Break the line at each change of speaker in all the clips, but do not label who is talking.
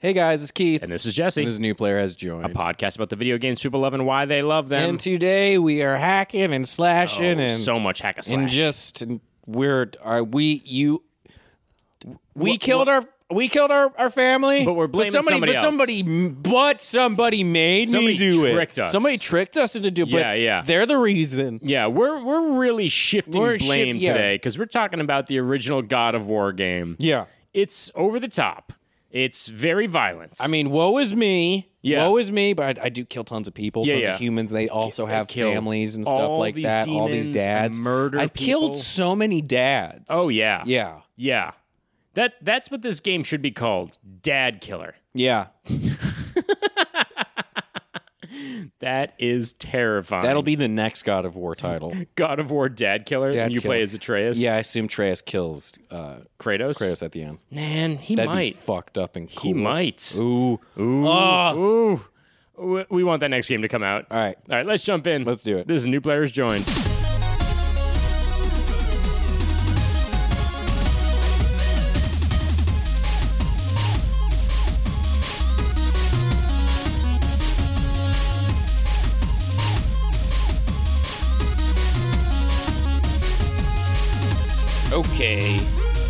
Hey guys, it's Keith.
And this is Jesse,
And this new player has joined.
a podcast about the video games people love and why they love them.
And today we are hacking and
Oh,
slashing and
so much hack a slash.
and just and we're are we you we killed our we killed our, our family,
But we're blaming
somebody,
somebody
but
else.
somebody, but somebody made
Somebody
me do it.
tricked us.
Somebody tricked us into doing.
Yeah, yeah.
They're the reason.
yeah, we're we're really shifting
We're shif-
blame
yeah.
today because we're talking about the original God of War game.
Yeah,
It's over the top. It's very violent.
I mean, woe is me.
Yeah.
Woe is me, but I, I do kill tons of people,
Yeah,
tons
yeah.
of humans. They also have
kill
families and stuff
all
like
these
that. all these
demons and
dads.
murder
I've
people.
killed so many dads.
oh yeah,
yeah.
yeah. That that's what this game should be called, Dad Killer.
Yeah.
That is terrifying.
That'll be the next God of War title.
God of War Dad Killer,
Dad
and you
Killer.
play as Atreus.
yeah, I assume Treyas kills uh,
Kratos.
Kratos at the end.
Man, he
That'd
might.
be fucked up and cool.
he might.
Ooh.
Ooh.
Ah.
Ooh. We- We want that next game to come out.
All right.
All right, let's jump in.
Let's do it.
This is New Players Joined.
Okay.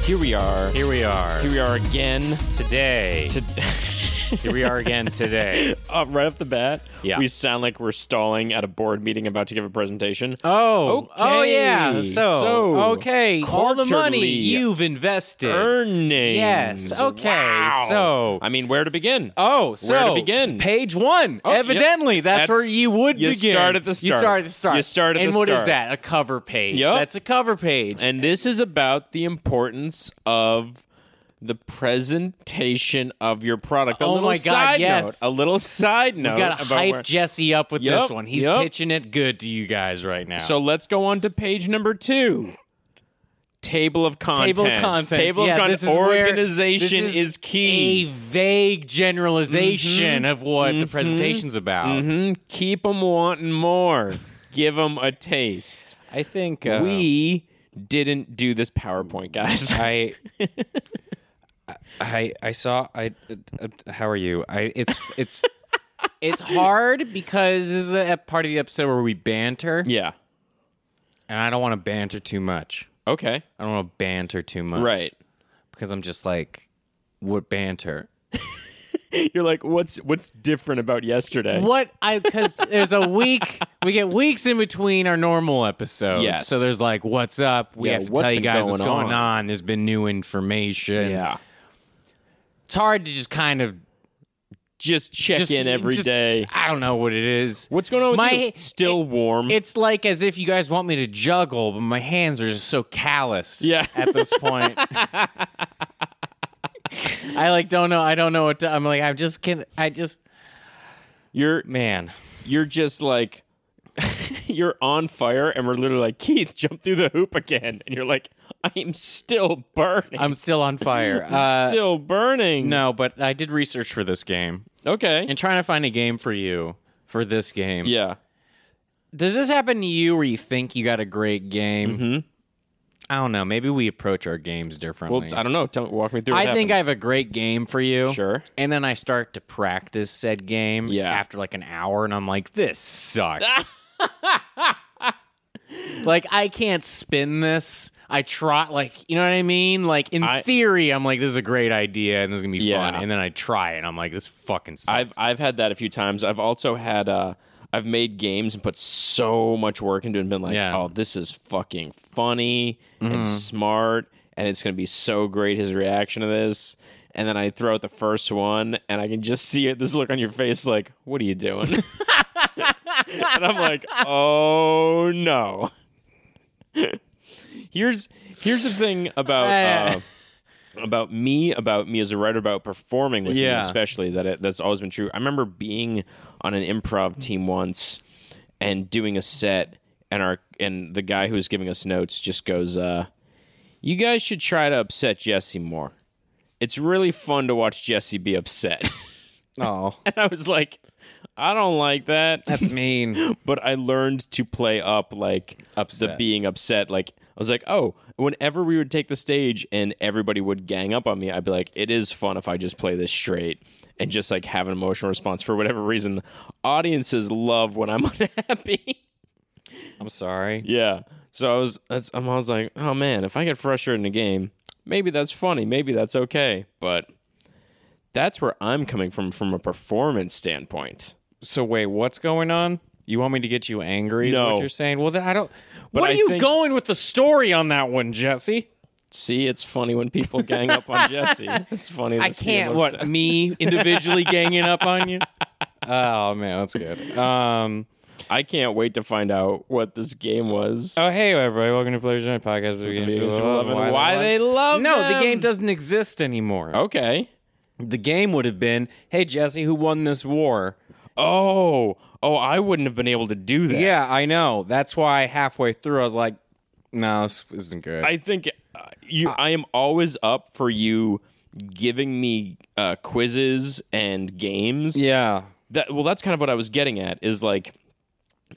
Here we are.
Here we are.
Here we are again.
Today. Here we are again today.
uh, right off the bat,
Yeah.
we sound like we're stalling at a board meeting about to give a presentation.
Oh.
Oh yeah. So,
So,
okay, all the money
quarterly
you've invested.
Er, Earnings.
Yes. Okay.
Wow.
So
I mean, where to begin?
Oh, so
begin? Oh,
Page one.
yep.
Evidently, that's,
That's-
where you would
you
begin.
start at the
You
start.
start at the start.
You start at
and
the
what is
start.
that? A cover page.
Yep.
That's a cover page.
and this is about the importance of the presentation of your product. A
Oh
little
my God,
side
yes.
note. A little side
you
note.
gotta
about
hype
where-
Jesse up with
Yep,
this one. He's
yep.
pitching it good to you guys right now.
so let's go on to page number two. Table of contents.
table of contents.
Table of
yeah,
con-
this is where-
Organization
this
is key. Mm-hmm.
A vague generalization of what the presentation's about.
Mm, keep them wanting more. Give them a taste.
I think uh,
we didn't do this PowerPoint, guys.
I. I I saw I uh, uh, how are you I it's it's it's hard because this is the ep- part of the episode where we banter
yeah.
and I don't want to banter too much
Okay.
I don't want to banter too much
Right.
because I'm just like what banter
You're like, what's what's different about yesterday?
What I because there's a week we get weeks in between our normal episodes.
Yes.
So there's like what's up. We
Yeah,
have to
what's
tell you
been
guys
going
what's going
on?
on. There's been new information.
Yeah.
It's hard to just kind of
Just check
just
in every day.
just- I don't know what it is.
What's going on with
My-
you? Still
it-
warm.
It's like as if you guys want me to juggle, but my hands are just so calloused.
Yeah.
At this point. I like don't know. I don't know what to, I'm like. I'm just can. I just
you're
man.
you're just like you're on fire and we're literally like, Keith, jump through the hoop again. And you're like, I'm still burning.
I'm still on fire. Uh,
still burning.
No, but I did research for this game
Okay.
and trying to find a game for you for this game.
yeah.
Does this happen to you where you think you got a great game? Mm-hmm. I don't know. Maybe we approach our games differently.
Well, I don't know. Tell, walk me through.
I
what
think I
happens.
have a great game for you.
Sure.
And then I start to practice said game
Yeah.
after like an hour, and I'm like, this sucks. like, I can't spin this. I try, like, you know what I mean? Like, in
I-
theory, I'm like, this is a great idea and this is going to be
Yeah.
fun. And then I try it, and I'm like, this fucking sucks.
I've I've had that a few times. I've also had uh I've made games and put so much work into it and been like,
Yeah. Mm-hmm.
oh, this is fucking funny and smart and it's gonna be so great his reaction to this. And then I throw out the first one and I can just see it this look on your face like, what are you doing? and I'm like, oh no. here's here's the thing about uh, about me about me as a writer about performing with me
Yeah.
especially that it, that's always been true i remember being on an improv team once and doing a set and our and the guy who was giving us notes just goes uh you guys should try to upset jesse more it's really fun to watch jesse be upset
Oh,
and i was like i don't like that
that's mean.
but I learned to play up like the
Upset.
being upset. Like I was like, oh, whenever we would take the stage and everybody would gang up on me, I'd be like, it is fun if I just play this straight and just like have an emotional response for whatever reason. Audiences love when I'm unhappy.
I'm sorry.
Yeah. So I was that's I was like, oh man, if I get frustrated in a game, maybe that's funny, maybe that's okay. But that's where I'm coming from from a performance standpoint.
So wait, what's going on? You want me to get you angry? Is
No.
what you're saying. Well, then I don't. what are
I
you
think-
going with the story on that one, Jesse?
See, it's funny when people gang up on Jesse. It's funny. to
I
see him
can't.
upset.
What me individually ganging up on you? Oh man, that's good. Um.
I can't wait to find out what this game was.
Oh hey everybody, welcome to Players Night Podcast. With games
Games
we
we
love
love
and
and why they love
No, the
them. Oh.
game doesn't exist anymore.
Okay.
The game would have been, hey Jesse, who won this war?
Oh, oh, I wouldn't have been able to do that.
Yeah, I know. That's why halfway through I was like, no, this isn't good.
I think uh, you. I am always up for you giving me uh, quizzes and games.
yeah.
That well, that's kind of what I was getting at. Is like,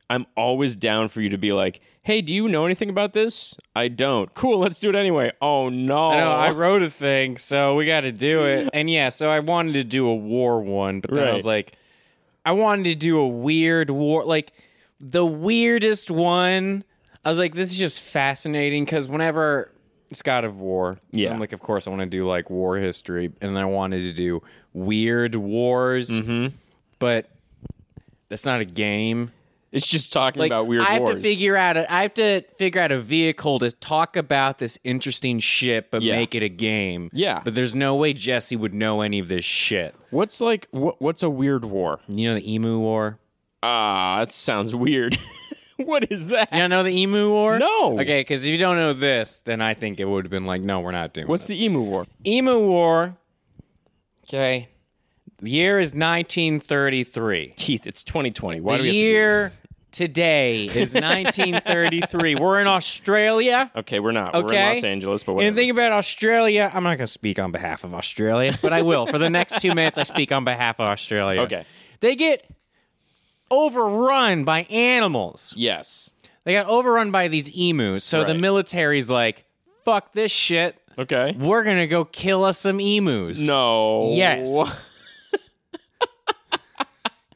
I'm always down for you to be like, "Hey, do you know anything about this? I don't. Cool, let's do it anyway. Oh no,
No, I wrote a thing, so we got to do it. And yeah, so I wanted to do a war one, but then I
Right.
was like, I wanted to do a weird war, like the weirdest one. I was like, this is just fascinating because whenever it's God of War, so
Yeah.
I'm like, of course I want to do like war history, and I wanted to do weird wars,
Mm-hmm.
but that's not a game.
it's just talking
Like,
about weird
I have
wars.
to figure out. A, I have to figure out a vehicle to talk about this interesting shit, but
Yeah.
make it a game.
Yeah.
but there's no way Jesse would know any of this shit.
what's like what, what's a weird war?
You know the Emu War.
Ah, that sounds weird. what is that?
You don't know the Emu War?
No.
Okay, because if you don't know this, then I think it would have been like, no, we're not doing.
What's the emu war?
the Emu War? Okay, the year is 1933.
Keith, it's 2020.
The
Why do we have to do
year today is 1933. we're in Australia.
this? Okay, we're not. We're
Okay.
in Los Angeles, but
And
whatever.
the thing about Australia, I'm not going to speak on behalf of Australia, but I will. For the next two minutes, I speak on behalf of Australia.
Okay.
They get overrun by animals.
Yes.
They got overrun by these emus. So the
Right.
military's like, fuck this shit.
Okay.
We're going to go kill us some emus.
No.
Yes.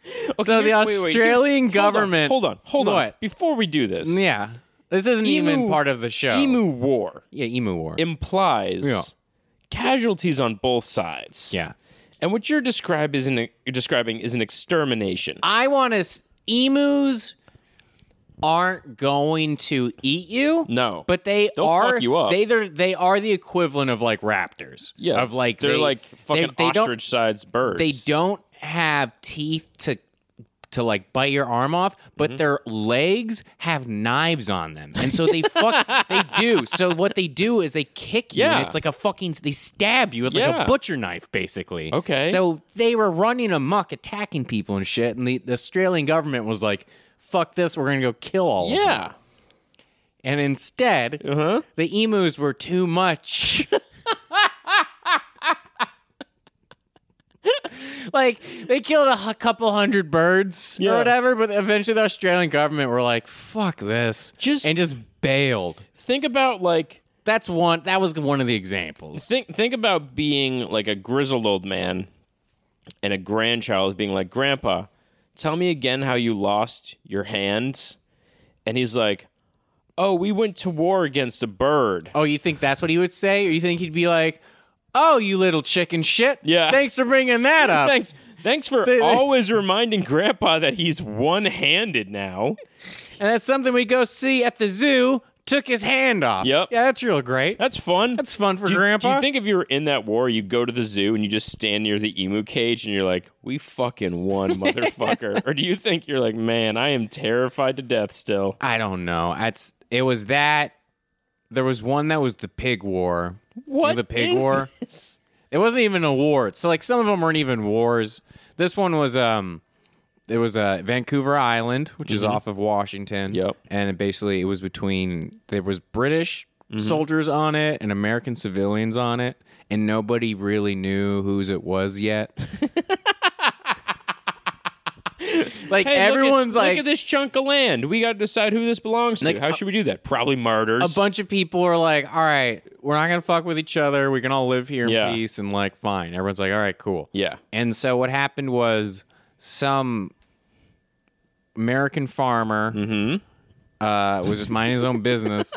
so the
here's- wait, wait, here's-
Australian
Hold on,
government.
Hold on. Hold on.
What?
Before we do this,
Yeah. This isn't even
Emu-
part of the show.
emu war
Yeah, emu war.
implies
Yeah.
casualties on both sides.
yeah.
And what you're describe is an, you're describing is an extermination.
I want to. Emus aren't going to eat you.
No.
but they
They'll
are.
fuck you up.
They they're- they are the equivalent of like raptors.
yeah.
of like
they're
they-
like fucking
they, they don't-
ostrich sized birds.
They don't have teeth to to like bite your arm off, but
Mm-hmm.
their legs have knives on them, and so they fuck. they do. So what they do is they kick you,
Yeah.
and it's like a fucking. They stab you with like
Yeah.
a butcher knife, basically.
Okay.
So they were running amok, attacking people and shit, and the, the Australian government was like. Fuck this! We're gonna go kill all of them.
Yeah.
And instead,
Uh-huh.
the emus were too much. like they killed a hu- couple hundred birds or
Yeah.
whatever, but eventually the Australian government were like, "Fuck this,"
Just-
and just bailed.
Think about like
That's one. That was one of the examples.
think think about being like a grizzled old man and a grandchild being like grandpa tell me again how you lost your hand and he's like oh we went to war against a bird
Oh, you think that's what he would say, or you think he'd be like, "Oh, you little chicken shit."
Yeah.
Thanks for bringing that up.
thanks thanks for
They- they-
always reminding grandpa that he's one-handed now
And that's something we go see at the zoo. Took his hand off.
Yep.
Yeah, that's real great.
that's fun
That's fun for
do you,
grandpa.
do you think if you were in that war you go to the zoo and you just stand near the emu cage and you're like we fucking won motherfucker or do you think you're like man i am terrified to death still
I don't know. That's it was that there was one that was the pig war.
What
the pig
is
war?
this?
It wasn't even a war. So like some of them weren't even wars. This one was um it was uh, Vancouver Island, which is off of Washington.
Mm-hmm. Yep.
And it basically it was between there was British
Mm-hmm.
soldiers on it and American civilians on it, and nobody really knew whose it was yet. Like
Hey, look at-
everyone's
look at,
like
this chunk of land. We got to decide who this belongs to.
Like,
How should we do that? Probably martyrs.
a bunch of people are like, all right, we're not gonna fuck with each other. We can all live here in
Yeah.
peace and like fine. Everyone's like, all right, cool.
Yeah.
And so what happened was some American farmer uh, was just minding his own business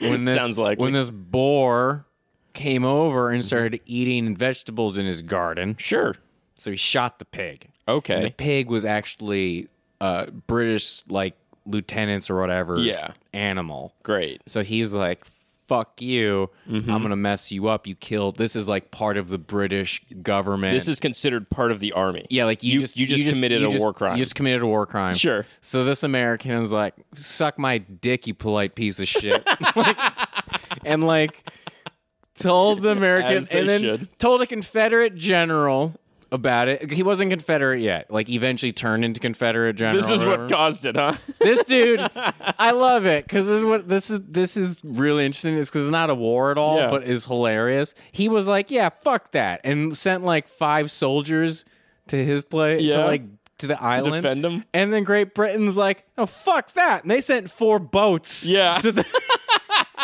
when this
Mm-hmm. Sounds likely.
when this boar came over and started eating vegetables in his garden.
Sure.
So he shot the pig.
Okay.
And the pig was actually uh, British like lieutenants or whatever
Yeah.
animal.
Great.
So he's like, fuck you.
Mm-hmm.
I'm going to mess you up. You killed. This is like part of the British government.
This is considered part of the army.
Yeah, like you,
You-
just
you just committed
you
a war crime.
You just committed a war crime.
Sure.
So this American is like, suck my dick, you polite piece of shit, Like, and like told the American,
As they
and then
should.
told a Confederate general about it. He wasn't Confederate yet. Like eventually turned into Confederate general.
This is
or
what
whatever.
caused it, huh?
this dude. I love it because this is what this is. This is really interesting. It's because it's not a war at all,
Yeah.
but is hilarious. He was like, "Yeah, fuck that," and sent like five soldiers to his place to
Yeah.
like to the island
defend him?
And then Great Britain's like, "Oh, fuck that!" And they sent four boats.
Yeah.
To the-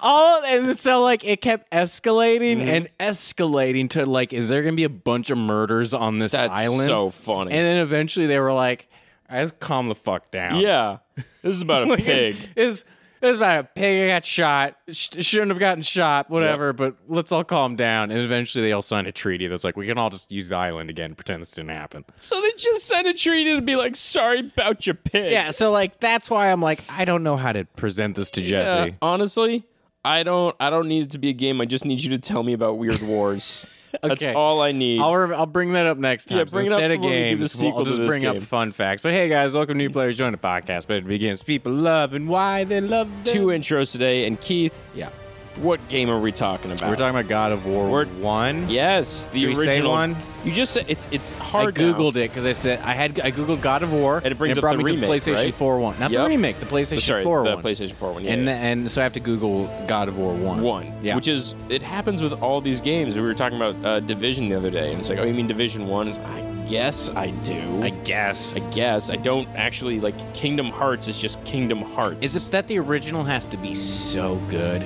All and so like it kept escalating
Mm-hmm.
and escalating to like, is there gonna be a bunch of murders on this
That's
island?
so funny.
And then eventually they were like, "All right, "Let's calm the fuck down."
yeah. This is about a pig.
It's it's about a pig that got shot. Sh- shouldn't have gotten shot. Whatever. But let's all calm down. And eventually they all signed a treaty that's like we can all just use the island again, and pretend this didn't happen.
So they just sent a treaty to be like, sorry about your pig.
Yeah. So like that's why I'm like I don't know how to present this to
Uh,
Jesse.
honestly, I don't. I don't need it to be a game. I just need you to tell me about weird wars. That's
Okay.
all I need.
I'll, rem- I'll bring that up next time.
Yeah,
So
bring it up
instead of
when we do the
games, we'll-
sequel
I'll
to
just
this
bring up
game.
fun facts. But hey, guys, welcome new players. Join the podcast. But it begins. People love and why they love them.
Two intros today, and Keith.
Yeah,
What game are we talking about?
we're talking about God of War
We're-
One.
Yes, the
Should we
original
say one?
You just said it's it's
I
hard. now.
googled it because I said I had I googled God of War
And it brings up
brought
the
me
remake,
to PlayStation
right?
4 one, not the
Yep.
remake, the PlayStation
Oh, Sorry,
4
the
one,
PlayStation Four one. Yeah,
and
yeah.
and so I have to Google God of War one,
one.
yeah,
Which is it happens with all these games. We were talking about uh, Division the other day, and it's like, oh, you mean Division One? It's, I guess I do.
I guess
I guess I don't actually like Kingdom Hearts. It's just Kingdom Hearts.
is it that the original has to be so good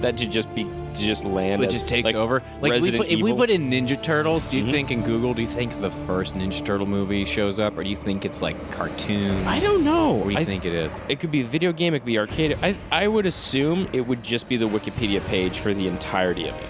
that should just be to just land?
it
as,
just takes
like,
over? Like we
Resident
put, if we
Evil? Mm-hmm.
put in Ninja Turtles, do you think in Google, do you think the first Ninja Turtle movie shows up, or do you think it's like cartoons?
I don't know.
What do you
I-
think it is?
It could be a video game. It could be arcade. I I would assume it would just be the Wikipedia page for the entirety of it.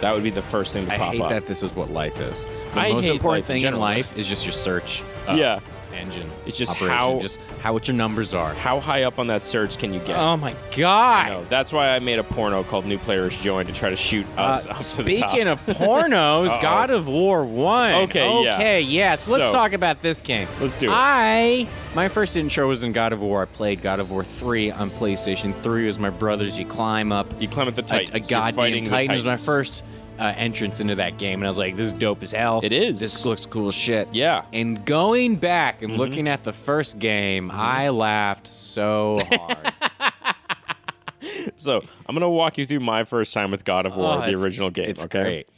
That would be the first thing to
I
pop
hate
up.
that this is what life is. The
I
most
hate
important
life in
thing in
general.
life is just your search. uh,
Yeah.
Engine.
It's just
operation,
how-
just how what your numbers are.
How high up on that search can you get?
Oh my god!
No, that's why I made a porno called "New Players Join" to try to shoot
Uh,
us up to the top.
speaking of pornos,
Uh-oh.
God of War One.
Okay, yeah.
okay, yes. Let's
So-
talk about this game.
Let's do it.
I my first intro was in God of War. I played God of War Three on PlayStation Three. It was my brothers. You climb up
you climb up the
a,
Titans.
a
You're
goddamn
fighting the
Titan. It was my
Titans.
first uh, entrance into that game, and I was like, "This is dope as hell.
It is.
This looks cool as shit."
Yeah. Mm-hmm.
And going back and looking at the first game, I laughed so hard.
So I'm gonna walk you through my first time with God of War,
Oh,
the
it's-
original game.
it's
okay.
great.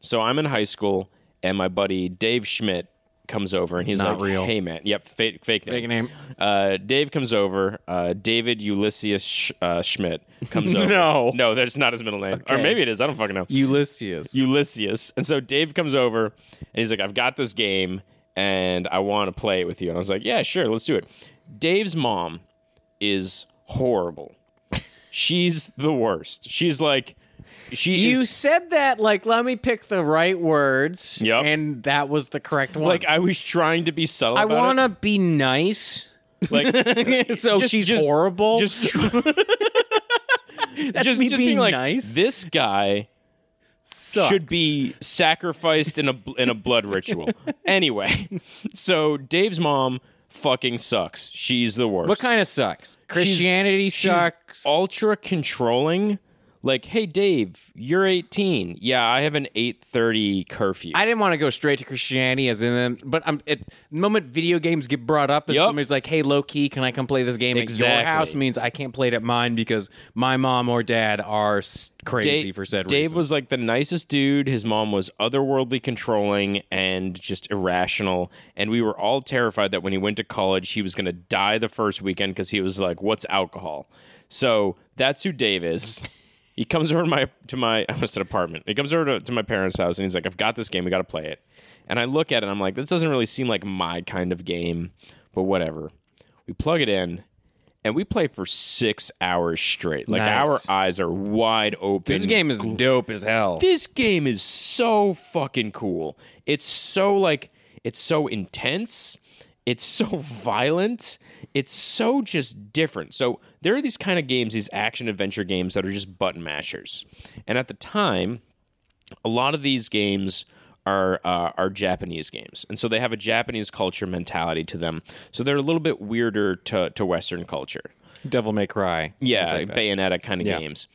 So I'm in high school, and my buddy Dave Schmidt comes over, and he's
Not
like,
real.
"Hey, man, yep, fake, fake name.
Fake name.
Uh, Dave comes over. Uh, David Ulysses Sch- uh, Schmidt comes over.
No.
no, that's not his middle name, or
Okay.
maybe it is. I don't fucking know.
Ulysses.
Ulysses. And so Dave comes over and he's like, I've got this game and I want to play it with you. And I was like, Yeah, sure, let's do it. Dave's mom is horrible. She's the worst. She's like, she
You
is.
said that like let me pick the right words.
Yep.
And that was the correct one.
Like I was trying to be subtle.
I
about
want to be nice.
it. like
so
Just-
she's
just-
horrible.
just, tr-
That's
just,
me
just
being
being like
nice.
this guy
Sucks.
should be sacrificed in a in a blood ritual. anyway, so Dave's mom fucking sucks. She's the worst.
What kind of sucks? Christianity
she's
sucks.
ultra controlling. like, "Hey Dave, you're 18. Yeah, I have an 8:30 curfew."
I didn't want to go straight to Christianity as in them, but I'm at the moment video games get brought up and
Yup.
somebody's like, "Hey, low key, can I come play this game at
Exactly.
your house?" Means I can't play it at mine because my mom or dad are s- crazy
Dave,
for said
Dave
reason.
was like the nicest dude. His mom was otherworldly controlling and just irrational. And we were all terrified that when he went to college, he was going to die the first weekend because he was like, "What's alcohol?" So that's who Dave is. He comes over to my to my I almost said apartment. He comes over to, to my parents' house and he's like, "I've got this game. We got to play it." And I look at it. and I'm like, "This doesn't really seem like my kind of game, but whatever." We plug it in. And we play for six hours straight. Like our
Nice.
eyes are wide open.
this game is dope as hell.
This game is so fucking cool. It's so like it's so intense. It's so violent. It's so just different. So there are these kind of games, these action adventure games that are just button mashers. And at the time, a lot of these games are uh, are Japanese games, and so they have a Japanese culture mentality to them. So they're a little bit weirder to to Western culture
Devil May Cry.
yeah, Bayonetta kind of games.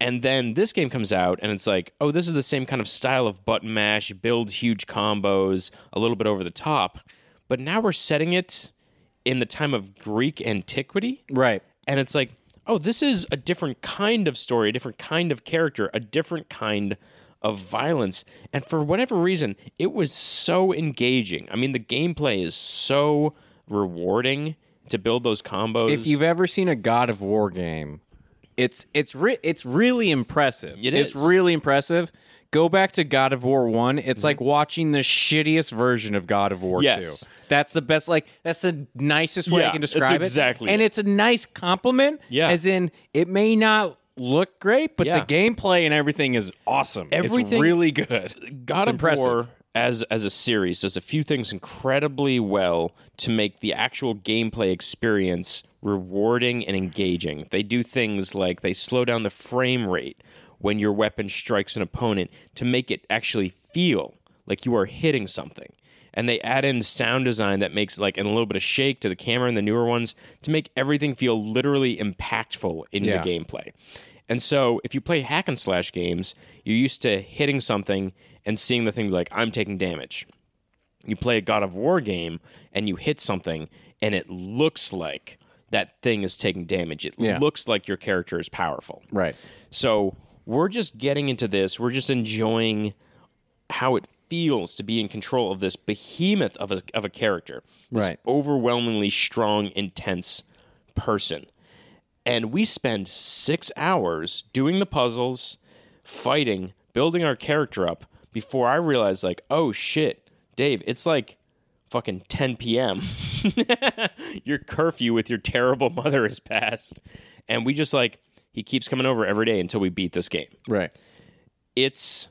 And then this game comes out, and it's like, oh, this is the same kind of style of button mash, build huge combos, a little bit over the top. But now we're setting it in the time of Greek antiquity.
Right.
And it's like, oh, this is a different kind of story, a different kind of character, a different kind of violence. And for whatever reason, it was so engaging. I mean, the gameplay is so rewarding to build those combos.
If you've ever seen a God of War game, it's it's re- it's really impressive.
It
it's
is. Mm-hmm.
really impressive. Go back to God of War 1. It's like watching the shittiest version of God of War
Yes.
2. That's the best like that's the nicest way
Yeah,
I can
that's
describe it.
exactly
And
it.
it's a nice compliment
Yeah.
as in it may not look great, but
Yeah.
the gameplay and everything is awesome.
Everything-
it's really good.
God
It's
of
impressive.
War as as a series does a few things incredibly well to make the actual gameplay experience rewarding and engaging. They do things like they slow down the frame rate when your weapon strikes an opponent to make it actually feel like you are hitting something. And they add in sound design that makes like and a little bit of shake to the camera and the newer ones to make everything feel literally impactful in
Yeah.
the gameplay. And so if you play hack and slash games, you're used to hitting something and seeing the thing be like, I'm taking damage. You play a God of War game and you hit something and it looks like that thing is taking damage. It
Yeah.
looks like your character is powerful.
Right.
So we're just getting into this. We're just enjoying how it feels to be in control of this behemoth of a, of a character, this
Right.
overwhelmingly strong, intense person. And we spend six hours doing the puzzles, fighting, building our character up before I realize, like, oh shit, Dave, it's like fucking 10 p.m. your curfew with your terrible mother is passed. And we just like, he keeps coming over every day until we beat this game.
Right.
It's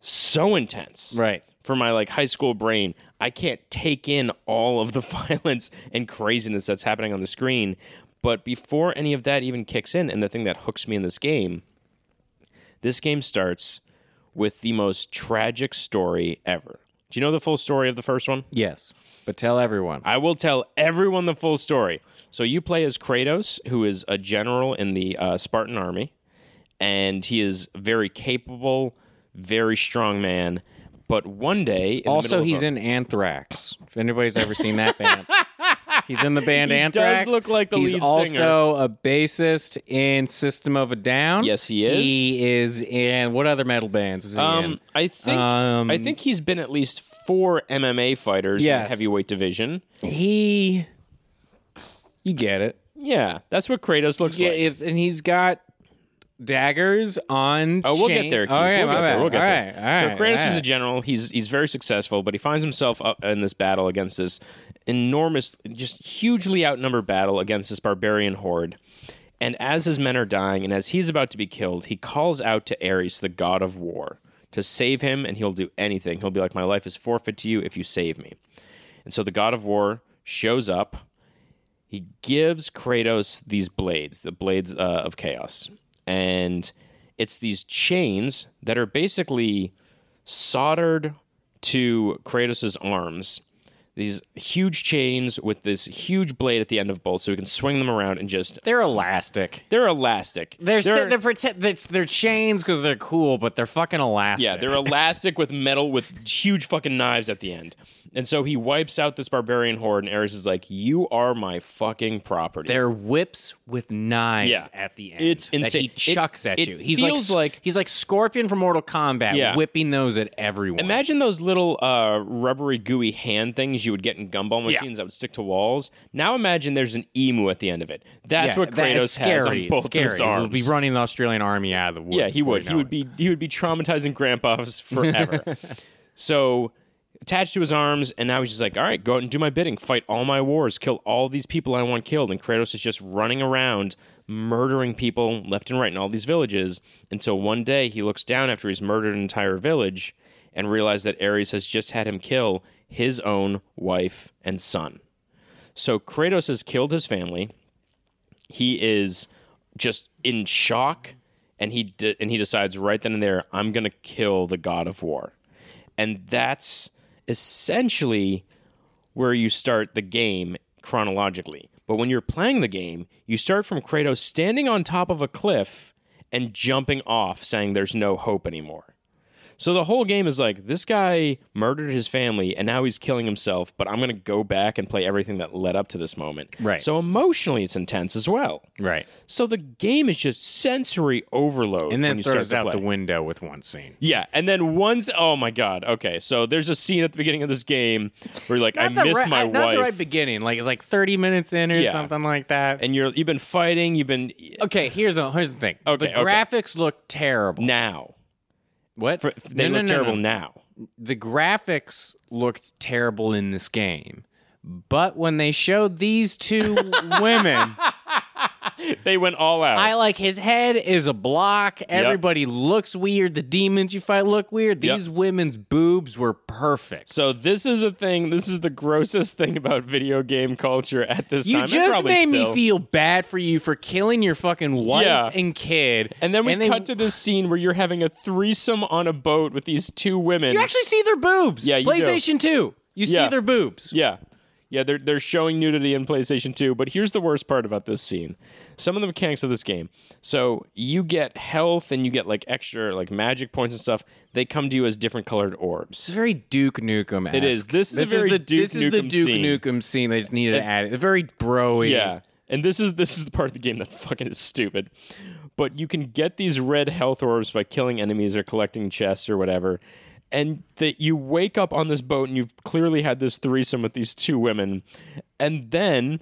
so intense
Right.
for my like high school brain i can't take in all of the violence and craziness that's happening on the screen but before any of that even kicks in and the thing that hooks me in this game this game starts with the most tragic story ever do you know the full story of the first one
Yes. But tell everyone.
I will tell everyone the full story. So you play as Kratos, who is a general in the uh, Spartan army, and he is very capable, very strong man. But one day, in the
Also,
middle of
he's
a-
in Anthrax. If anybody's ever seen that band, he's in the band Anthrax.
look like the
he's
lead
also a bassist in System of a Down.
Yes, he is.
He is in what other metal bands is he in?
Um, I think
Um,
I think he's been at least four MMA fighters in the
Yes.
heavyweight division.
He, you get it.
Yeah, that's what Kratos looks
Yeah,
like.
if- and he's got daggers on.
Oh, we'll
chain.
get there. Keith.
Okay,
we'll
my
get there.
bad.
We'll get
All
there.
right, all right,
so Kratos
all
is a
right.
general. He's he's very successful, but he finds himself up in this battle against this enormous, just hugely outnumbered battle against this barbarian horde. And as his men are dying, and as he's about to be killed, he calls out to Ares, the god of war, to save him, and he'll do anything. He'll be like, "My life is forfeit to you if you save me." And so the god of war shows up he gives Kratos these blades, the blades uh, of chaos, and it's these chains that are basically soldered to Kratos's arms these huge chains with this huge blade at the end of both, so we can swing them around and just
They're elastic.
they're elastic.
They're they're, they're, pretend, they're, they're chains because they're cool, but they're fucking elastic.
yeah, they're elastic with metal with huge fucking knives at the end. And so he wipes out this barbarian horde, and Eris is like, "You are my fucking property."
They're whips with knives
Yeah.
at the end.
It's
That he
insane. It-
chucks at
it
you. He's
feels
like,
like-
he's like Scorpion from Mortal Kombat,
Yeah.
whipping those at everyone.
Imagine those little uh, rubbery, gooey hand things you would get in gumball machines that would stick to walls. Now imagine there's an emu at the end of it. That's
Yeah,
what
that-
Kratos
it's
has
scary.
on both
scary.
his arms.
He'll be running the Australian army out of the woods.
yeah, he
before
would.
you
He
know
would
it.
be. He would be traumatizing grandpas forever. so attached to his arms, and now he's just like, "All right, go out and do my bidding. Fight all my wars. Kill all these people I want killed." And Kratos is just running around. Murdering people left and right in all these villages until one day he looks down after he's murdered an entire village and realizes that Ares has just had him kill his own wife and son. So Kratos has killed his family. He is just in shock, and he de- and he decides right then and there, I'm going to kill the god of war, and that's essentially where you start the game chronologically. But when you're playing the game, you start from Kratos standing on top of a cliff and jumping off, saying there's no hope anymore. So the whole game is like this guy murdered his family and now he's killing himself, but I'm going to go back and play everything that led up to this moment.
Right.
So emotionally, it's intense as well.
right,
So the game is just sensory
and
overload. when
then
you
throws
start to
out
play.
the window with one scene.
Yeah, and then once, oh my god, okay. So there's a scene at the beginning of this game where you're like, I
Not the
miss
right- uh,
my
not
wife,
the right beginning. Like it's like thirty minutes in or
Yeah.
something like that.
and you're you've been fighting, you've been
okay, here's the here's the thing.
Okay,
the
okay.
graphics look terrible.
now.
what?
For- they
No, no,
look
no,
terrible
no.
now.
the graphics looked terrible in this game. But when they showed these two women,
They went all out.
I like his head is a block. Everybody looks weird. The demons you fight look weird.
Yep.
These women's boobs were perfect.
so this is a thing. This is the grossest thing about video game culture at this
you
time. and
just
probably
made me
still.
feel bad for you for killing your fucking wife
Yeah.
and kid.
And then we
they-
cut to this scene where you're having a threesome on a boat with these two women.
you actually see their boobs.
Yeah, you do.
PlayStation Two. You see
Yeah.
their boobs.
Yeah. Yeah, they're they're showing nudity in PlayStation 2, but here's the worst part about this scene. Some of the mechanics of this game. So you get health and you get like extra like magic points and stuff. They come to you as different colored
It's
orbs.
very Duke Nukem.
It is. This is a very
the,
Duke
this is the
Nukem
Duke
scene.
Nukem scene. They just needed to add it. They're very broy.
Yeah. And this is this is the part of the game that fucking is stupid. But you can get these red health orbs by killing enemies or collecting chests or whatever. And that you wake up on this boat and you've clearly had this threesome with these two women. And then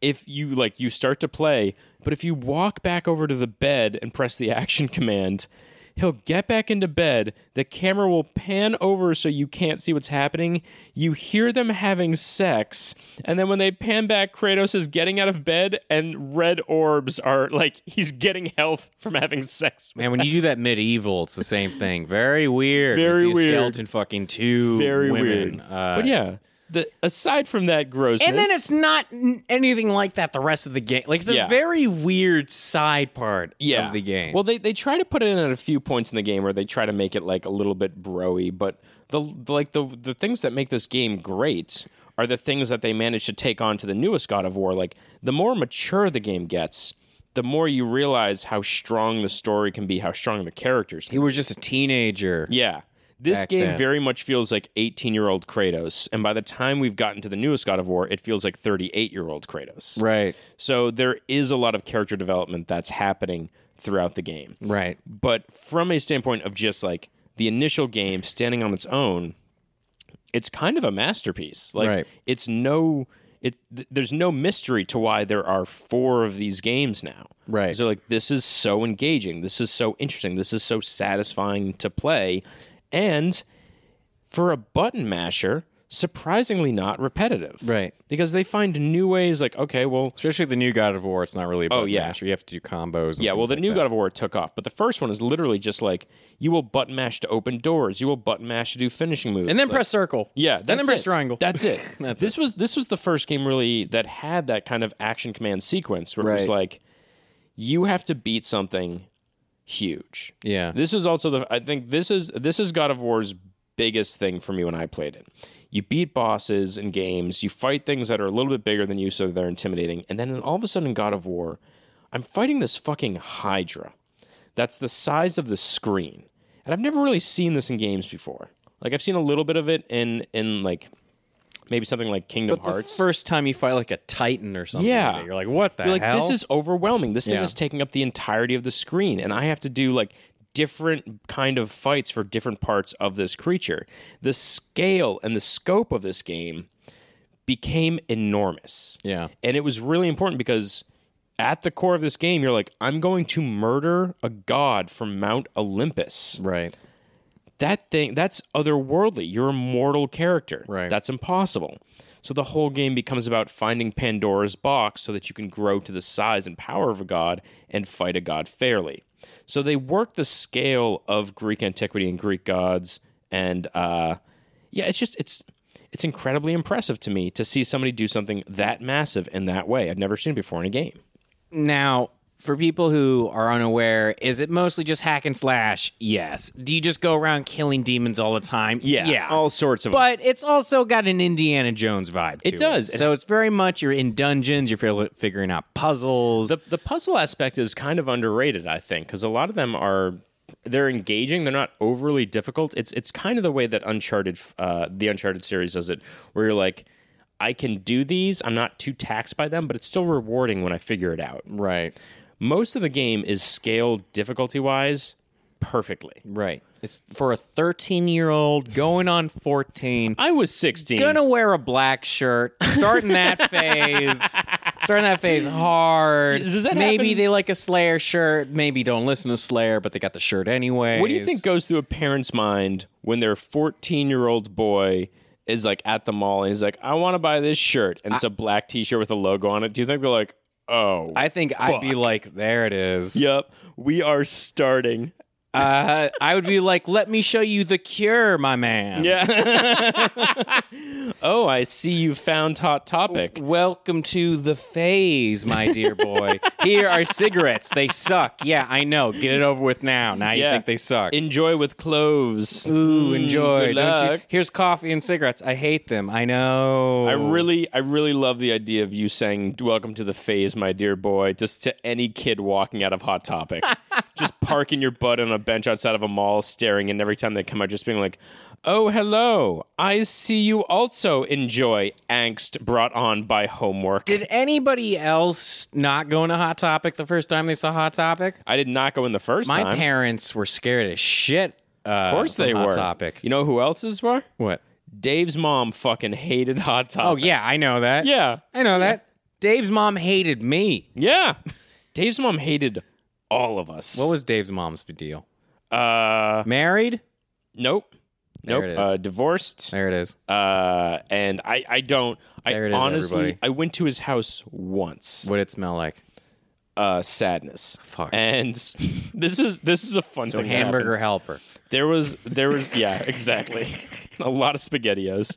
if you like you start to play, but if you walk back over to the bed and press the action command, he'll get back into bed. The camera will pan over so you can't see what's happening. You hear them having sex, and then when they pan back, Kratos is getting out of bed and red orbs are like he's getting health from having sex.
Man, when you do that medieval, it's the same thing. Very weird. You
Very
see a
weird.
Skeleton fucking two
Very
women.
weird.
Uh,
but yeah, the aside from that grossness.
and then it's not n- anything like that the rest of the game. Like it's a
Yeah.
very weird side part of the game.
Well, they they try to put it in at a few points in the game where they try to make it like a little bit broy, but the like the the things that make this game great are the things that they manage to take on to the newest God of War. Like the more mature the game gets, the more you realize how strong the story can be, how strong the characters. Can
he was just a teenager.
be. Yeah. This
Back
game
then.
very much feels like 18 year old Kratos. And by the time we've gotten to the newest God of War, it feels like 38 year old Kratos.
Right.
So there is a lot of character development that's happening throughout the game.
Right.
But from a standpoint of just like the initial game standing on its own, it's kind of a masterpiece. Like
Right.
it's no it th- there's no mystery to why there are four of these games now.
Right.
So like this is so engaging. This is so interesting. This is so satisfying to play and for a button masher, surprisingly not repetitive.
Right.
Because they find new ways like okay, well
Especially the new God of War, it's not really about
Oh, yeah.
You have to do combos. And
yeah, well,
things
the
like
new
that.
God of War took off, but the first one is literally just like you will button mash to open doors, you will button mash to do finishing moves,
And then
Like,
press circle.
yeah,
And then
that's
press
it.
triangle.
That's it.
That's
this was this was the first game really that had that kind of action command sequence where it was
Right.
like you have to beat something huge.
Yeah.
This is also the I think this is this is God of War's biggest thing for me when I played it. you beat bosses in games, you fight things that are a little bit bigger than you, so they're intimidating. And then all of a sudden, in God of War, I'm fighting this fucking Hydra that's the size of the screen. And I've never really seen this in games before. Like I've seen a little bit of it in in like maybe something like Kingdom Hearts.
first time you fight like a titan or something,
Yeah.
like that, you're like, what the
You're like
hell?
this is overwhelming. This thing
Yeah.
is taking up the entirety of the screen, and I have to do like different kind of fights for different parts of this creature. The scale and the scope of this game became enormous.
Yeah.
And it was really important because at the core of this game, you're like, I'm going to murder a god from Mount Olympus
right.
that thing that's otherworldly you're a mortal character
Right.
that's impossible so the whole game becomes about finding pandora's box so that you can grow to the size and power of a god and fight a god fairly so they work the scale of greek antiquity and greek gods and uh, yeah it's just it's it's incredibly impressive to me to see somebody do something that massive in that way i've never seen it before in a game
Now, for people who are unaware, is it mostly just hack and slash? Yes. Do you just go around killing demons all the time? Yeah.
all sorts of
but it's also got an Indiana Jones vibe. To it
does.
So it's very much you're in dungeons, you're fi- figuring out puzzles.
The, the puzzle aspect is kind of underrated, I think, because a lot of them are they're engaging. They're not overly difficult. It's it's kind of the way that Uncharted, uh, the Uncharted series does it, where you're like, I can do these. I'm not too taxed by them, but it's still rewarding when I figure it out.
right.
Most of the game is scaled difficulty wise perfectly.
Right. It's for a 13 year old going on 14.
I was 16.
gonna wear a black shirt. Starting that phase. Starting that phase hard.
Does- does that
maybe
happen-
they like a Slayer shirt. Maybe don't listen to Slayer, but they got the shirt anyway.
What do you think goes through a parent's mind when their 14 year old boy is like at the mall and he's like, I want to buy this shirt. And it's a black t shirt with a logo on it. Do you think they're like, oh,
I think I'd be like, there it is.
yep, we are starting?
Uh, I would be like, let me show you the cure, my man.
Yeah. oh, I see you found Hot Topic.
Welcome to the phase, my dear boy. Here are cigarettes. They suck. Yeah, I know. Get it over with now. Now you
Yeah.
think they suck.
Enjoy with cloves.
Ooh, enjoy.
good
Don't you?
luck.
Here's coffee and cigarettes. I hate them. I know.
I really, I really love the idea of you saying "Welcome to the phase, my dear boy," just to any kid walking out of Hot Topic, just parking your butt on a bench outside of a mall, staring, and every time they come out, just being like, "Oh, hello! I see you also enjoy angst brought on by homework."
Did anybody else not go into Hot Topic the first time they saw Hot Topic?
I did not go in the first
My
time.
parents were scared as shit. Uh,
of course, they
Hot
were.
Topic.
You know who else's were?
what?
Dave's mom fucking hated Hot
Oh
Topic.
yeah, I know that.
yeah,
I know that. Dave's mom hated me.
yeah. Dave's mom hated all of us.
What was Dave's mom's deal?
Uh,
Married?
nope. Nope.
There it is.
Uh, divorced.
There it is.
uh, and I, I don't. I
There it is,
honestly,
everybody.
I went to his house once.
What'd it smell like?
Uh, sadness.
Fuck.
And this is this is a fun thing. that
Hamburger
happened.
helper.
There was there was yeah exactly a lot of spaghettios.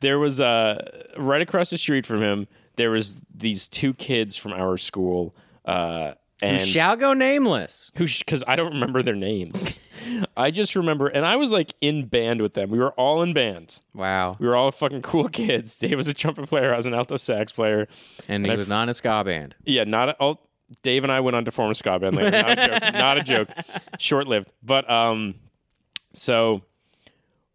There was uh right across the street from him. There was these two kids from our school. Uh, and
Shall go nameless.
who because I don't remember their names. I just remember, and I was like in band with them. We were all in band.
Wow.
We were all fucking cool kids. Dave was a trumpet player. I was an alto sax player.
And he was not in a ska band.
Yeah, not a, oh, Dave and I went on to form a ska band later. Not a joke. Not a joke. Short lived. But um, so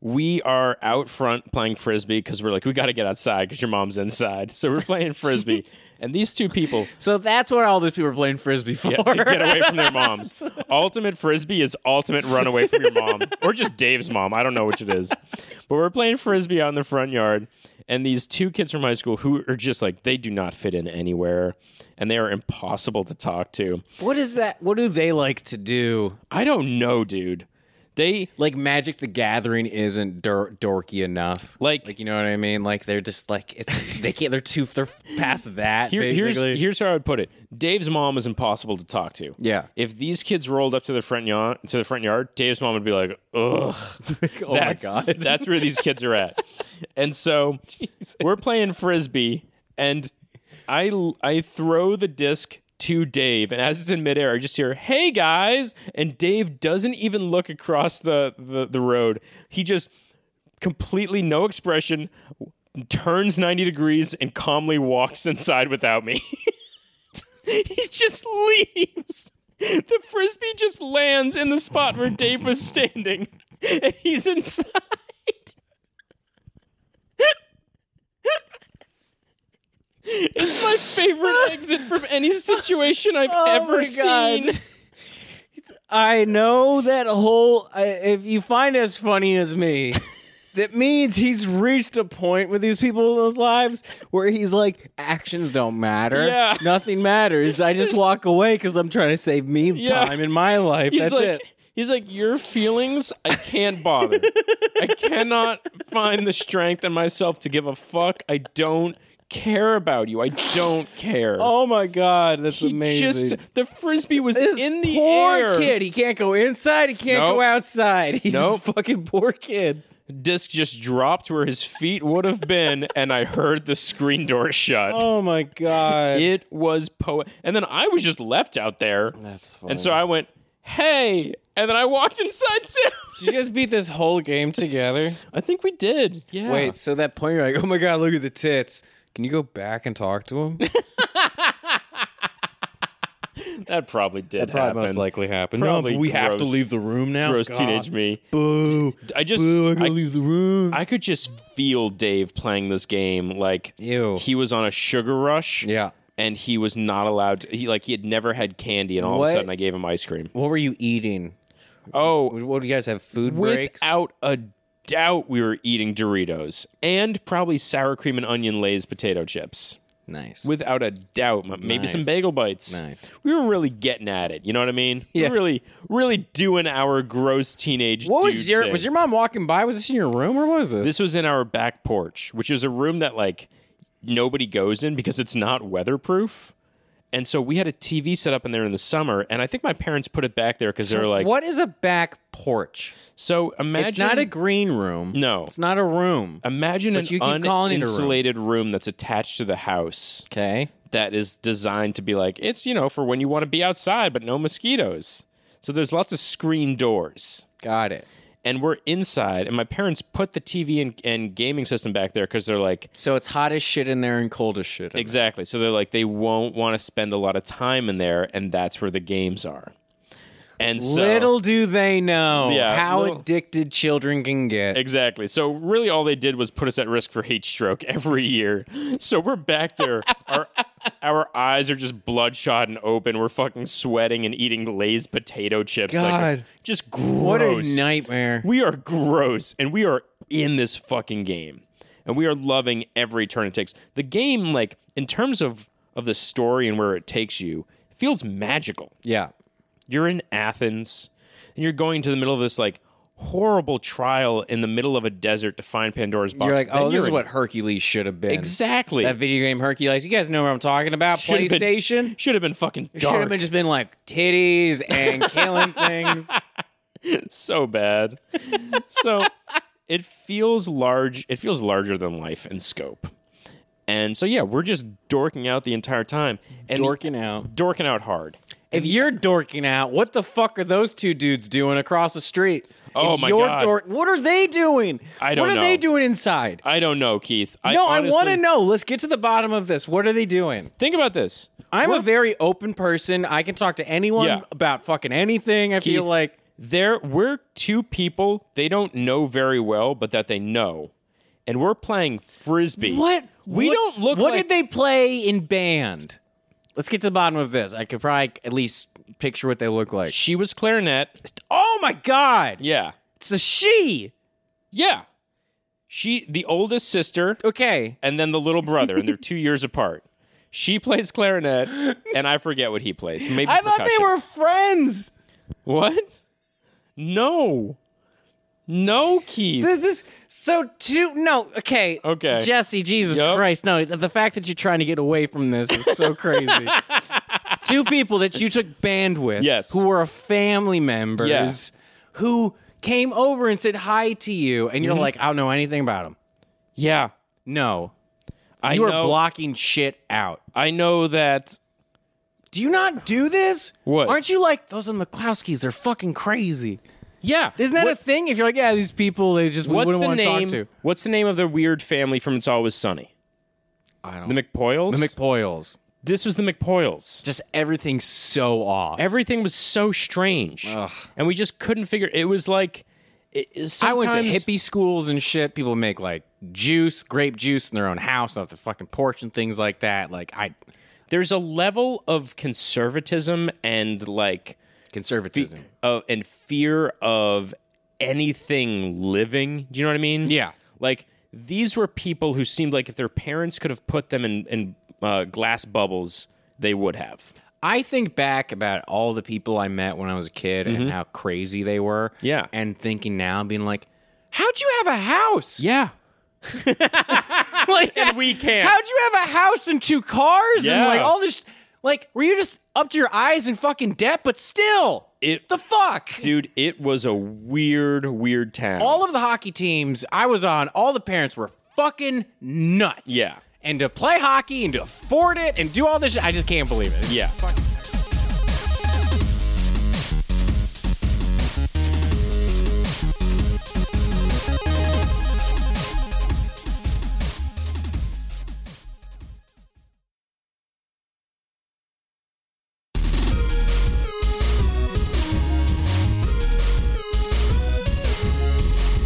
we are out front playing frisbee because we're like we got to get outside because your mom's inside. So we're playing frisbee, and these two people
So that's what all these people were playing frisbee for.
yeah, to get away from their moms. ultimate frisbee is ultimate run away from your mom, or just Dave's mom. I don't know which it is. But we're playing frisbee out in the front yard, and these two kids from high school who are just like they do not fit in anywhere, and they are impossible to talk to.
What is that? What do they like to do?
I don't know, dude. They
Like Magic the Gathering isn't dor- dorky enough.
Like-
like you know what I mean? Like they're just like it's they can't. They're too. They're past that.
Here- here's
basically.
here's how I would put it. Dave's mom is impossible to talk to.
Yeah.
If these kids rolled up to the front yard, to the front yard, Dave's mom would be like, "Ugh,
oh my god.
that's where these kids are at." And so we're playing frisbee, and I I throw the disc to Dave, and as it's in midair, I just hear, "Hey guys!" And Dave doesn't even look across the the, the road. He just completely no expression, turns 90 degrees, and calmly walks inside without me. he just leaves. The frisbee just lands in the spot where Dave was standing, and he's inside. It's my favorite exit from any situation I've ever
Oh my God.
seen.
I know that whole. I, if you find it as funny as me, that means he's reached a point with these people in those lives where he's like, actions don't matter.
Yeah.
Nothing matters. I just walk away because I'm trying to save me
Yeah.
time in my life.
He's
That's
like,
it.
He's like, your feelings, I can't bother. I cannot find the strength in myself to give a fuck. I don't care about you. I don't care.
Oh my god, that's
He
amazing.
Just the frisbee was
this
in the
poor
air.
kid. He can't go inside. He can't
Nope.
go outside. He's
Nope.
a fucking poor kid.
Disc just dropped where his feet would have been, and I heard the screen door shut.
Oh my god.
It was poet. And then I was just left out there.
That's
and so I went, hey. And then I walked inside too.
Did you guys beat this whole game together?
I think we did. Yeah.
Wait, so that point you're like, oh my god, look at the tits. Can you go back and talk to him? That
That probably did happen.
likely happened.
Probably
no, but we have to
gross-
leave the room now.
gross
Oh, God.
teenage me.
Boo.
I just
Boo, I gotta
I,
leave the room.
I could just feel Dave playing this game like
Ew.
he was on a sugar rush.
Yeah.
And he was not allowed to, he like he had never had candy and all of
What?
a sudden I gave him ice cream.
what were you eating?
Oh,
What do you guys have? Food breaks?
without a doubt we were eating Doritos and probably sour cream and onion Lay's potato chips.
Nice.
Without a doubt, m- maybe some
Nice.
bagel bites.
Nice.
We were really getting at it. You know what I mean?
Yeah.
We were really, really doing our gross teenage.
what
dude
was your
thing.
was your mom walking by? Was this in your room or what was this?
This was in our back porch, which is a room that like nobody goes in because it's not weatherproof. And so we had a TV set up in there in the summer, and I think my parents put it back there because they were like,
what is a back porch?
So imagine
It's not a green room.
No.
It's not a room.
imagine an
you keep calling it a room.
uninsulated room. that's attached to the house
Okay.
that is designed to be like it's you know for when you want to be outside but no mosquitoes. So there's lots of screen doors.
Got it.
And we're inside, and my parents put the TV and, and gaming system back there because they're like,
So it's hot as shit in there and cold as shit. in there.
Exactly. So they're like they won't want to spend a lot of time in there, and that's where the games are. And so,
little do they know
Yeah,
how
little-
addicted children can get.
exactly. So really, all they did was put us at risk for heat stroke every year. So we're back there. our our eyes are just bloodshot and open. We're fucking sweating and eating Lay's potato chips.
God.
like, just gross.
What a nightmare.
We are gross and we are in this fucking game. And we are loving every turn it takes. The game, like, in terms of, of the story and where it takes you, feels magical.
Yeah.
You're in Athens and you're going to the middle of this, like, horrible trial in the middle of a desert to find Pandora's box.
You're like,
Then
oh, this
you're
is
in-
what Hercules should have been.
Exactly.
That video game Hercules. You guys know what I'm talking about. PlayStation.
Should have been fucking
Should
dark.
have been just been like titties and killing things.
so bad. so it feels large. It feels larger than life in scope. And so yeah, we're just dorking out the entire time and
Dorking out.
dorking out hard.
If you're dorking out, what the fuck are those two dudes doing across the street?
Oh
If
my
you're
God.
dork- what are they doing?
I don't
What are
know.
they doing inside?
I don't know, Keith. I
no, I want
honestly-
to know. Let's get to the bottom of this. What are they doing?
Think about this.
I'm a very open person. I can talk to anyone
Yeah.
about fucking anything. I feel
Keith.
like
There, we're two people they don't know very well, but that they know, and we're playing frisbee. We
What-
don't look.
What
like,
did they play in band? Let's get to the bottom of this. I could probably at least picture what they look like.
She was clarinet.
Oh my god,
Yeah,
it's a she.
yeah. She, the oldest sister.
Okay,
and then the little brother, and they're two years apart. She plays clarinet, and I forget what he plays. Maybe
I thought they were friends.
were what? No, no, Keith.
This is so too. No, okay,
Okay.
Jesse, Jesus
Yup.
Christ, no. The fact that you're trying to get away from this is so crazy. Two people that you took band with,
Yes.
who were family members,
Yeah.
who came over and said hi to you, and
Mm-hmm.
you're like, I don't know anything about them.
yeah,
No,
I
you are
know.
blocking shit out.
I know that.
Do you not do this?
What?
Aren't you like those are McClowskis? They're fucking crazy.
Yeah.
Isn't that
What-
a thing? If you're like, yeah, these people, they just we
what's
wouldn't
the
want to
name?
talk to.
What's the name of the weird family from It's Always Sunny?
I don't.
The McPoyles.
the McPoyles.
this was the McPoyles.
Just everything's so off.
Everything was so strange, and we just couldn't figure. It was like it, it-
I went
sometimes
to hippie schools and shit. People make like juice, grape juice in their own house off the fucking porch and things like that. Like I
There's a level of conservatism and like
conservatism.
uh, and fear of anything living. Do you know what I mean?
Yeah.
Like these were people who seemed like if their parents could have put them in in uh, glass bubbles, they would have.
I think back about all the people I met when I was a kid and how crazy they were.
Mm-hmm. Yeah.
And thinking now, being like, how'd you have a house?
Yeah.
Like,
And we can't.
How'd you have a house and two cars and
Yeah.
like all this? Like, were you just up to your eyes in fucking debt? But still,
It-
the fuck.
Dude, it was a weird, weird town.
all of the hockey teams I was on, all the parents were fucking nuts.
Yeah.
And to play hockey and to afford it and do all this shit, I just can't believe it.
yeah.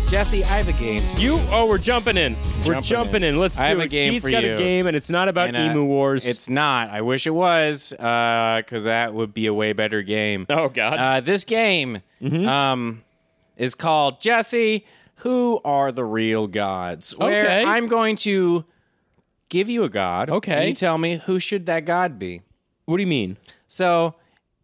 Jesse, I have a game.
You oh, we're jumping in. We're
Jumping
jumping,
in.
in. Let's
I
do
have
it.
a game
Keith's
for
got
you.
a game, and it's not about
And, uh,
emu wars.
It's not. I wish it was, because that would be a way better game.
oh Mm-hmm. god.
Uh, this game um, is called Jesse. Who are the real gods? Where
Okay.
I'm going to give you a god.
Okay.
and You tell me who should that god be.
what do you mean?
So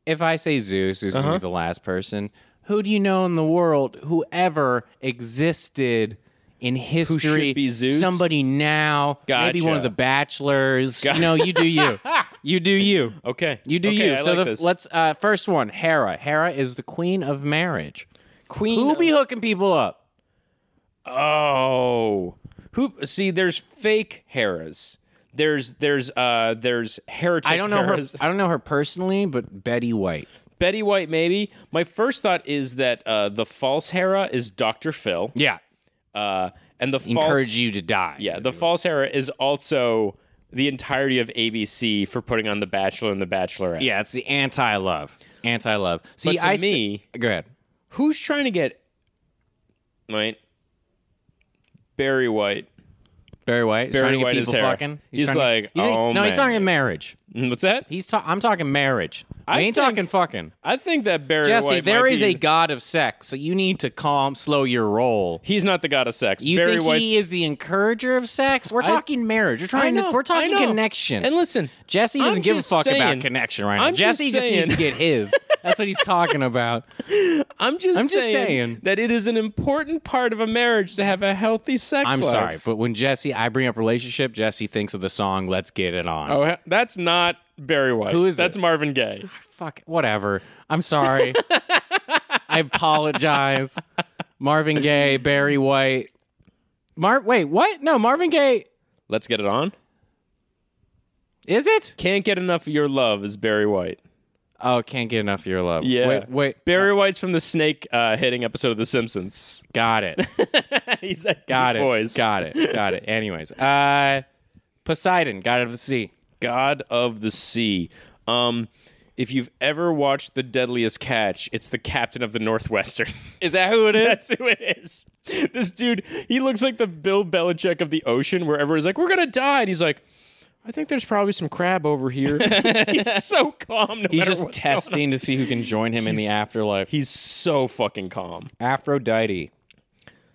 if I say Zeus, Zeus
Uh-huh.
is the last person. Who do you know in the world who ever existed in history?
be Zeus?
Somebody now, maybe one of
Gotcha.
the bachelors. you know, you do you. you do you.
Okay.
You do
Okay,
you.
I
so
like
the,
this.
let's uh, first one. Hera. Hera is the queen of marriage.
Queen.
Who
of-
be hooking people up?
oh. Who? See, there's fake Heras. There's there's uh there's heretic.
I don't know her.
Heras.
I don't know her personally, but Betty White.
Betty White, maybe. My first thought is that uh, the false Hera is Doctor Phil,
Yeah,
uh, and the
encourage
false
you to die.
yeah the false Hera is also the entirety of ABC for putting on The Bachelor and The Bachelorette.
yeah. It's the anti love. Anti love. See,
But to
I s-
me-
go ahead.
who's trying to get right Barry White.
Barry White. He's
Barry
trying to get
White is
people
Hera.
fucking.
He's
trying to-
like,
you think-
"Oh,
no, he's
man."
talking marriage.
Mm, What's that?
He's ta- I'm talking marriage. I, ain't
think-
talking fucking.
I think that Barry
Jesse,
White.
there
might
is
be-
a god of sex, so you need to calm, slow your roll.
He's not the god of sex.
You
Barry
think
White's,
he is the encourager of sex? We're talking marriage. We're
I
trying
know,
to. We're
I
talking
know.
connection.
And listen,
Jesse
I'm
doesn't give a
just
fuck about
saying-
connection right now.
I'm just
Jesse just, needs to get his. That's what he's talking about.
I'm just
I'm just
saying,
saying.
that it is an important part of a marriage to have a healthy sex
I'm
life.
sorry, but when Jesse, I bring up relationship, Jesse thinks of the song "Let's Get It On."
Oh, he- that's not Barry White.
Who is
That's
it?
Marvin Gaye.
fuck, whatever. I'm sorry. I apologize. Marvin Gaye, Barry White. Mar wait, what? No, Marvin Gaye
Let's get it on.
is it?
Can't get enough of your love is Barry White.
Oh, can't get enough of your love.
Yeah.
Wait, wait.
Barry White's from the snake uh, hitting episode of The Simpsons.
Got it.
He's that
Got
deep
it.
voice.
Got it. Got it. Anyways. Uh Poseidon, God of the Sea.
God of the Sea. Um, if you've ever watched The Deadliest Catch, it's the captain of the Northwestern.
Is that who it is?
That's who it is. This dude, he looks like the Bill Belichick of the ocean, where everyone's like, "We're gonna die," and he's like, "I think there's probably some crab over here." he's so calm. No
He's
matter
just
what's going on.
testing to see who can join him in the
He's-
afterlife.
He's so fucking calm.
Aphrodite.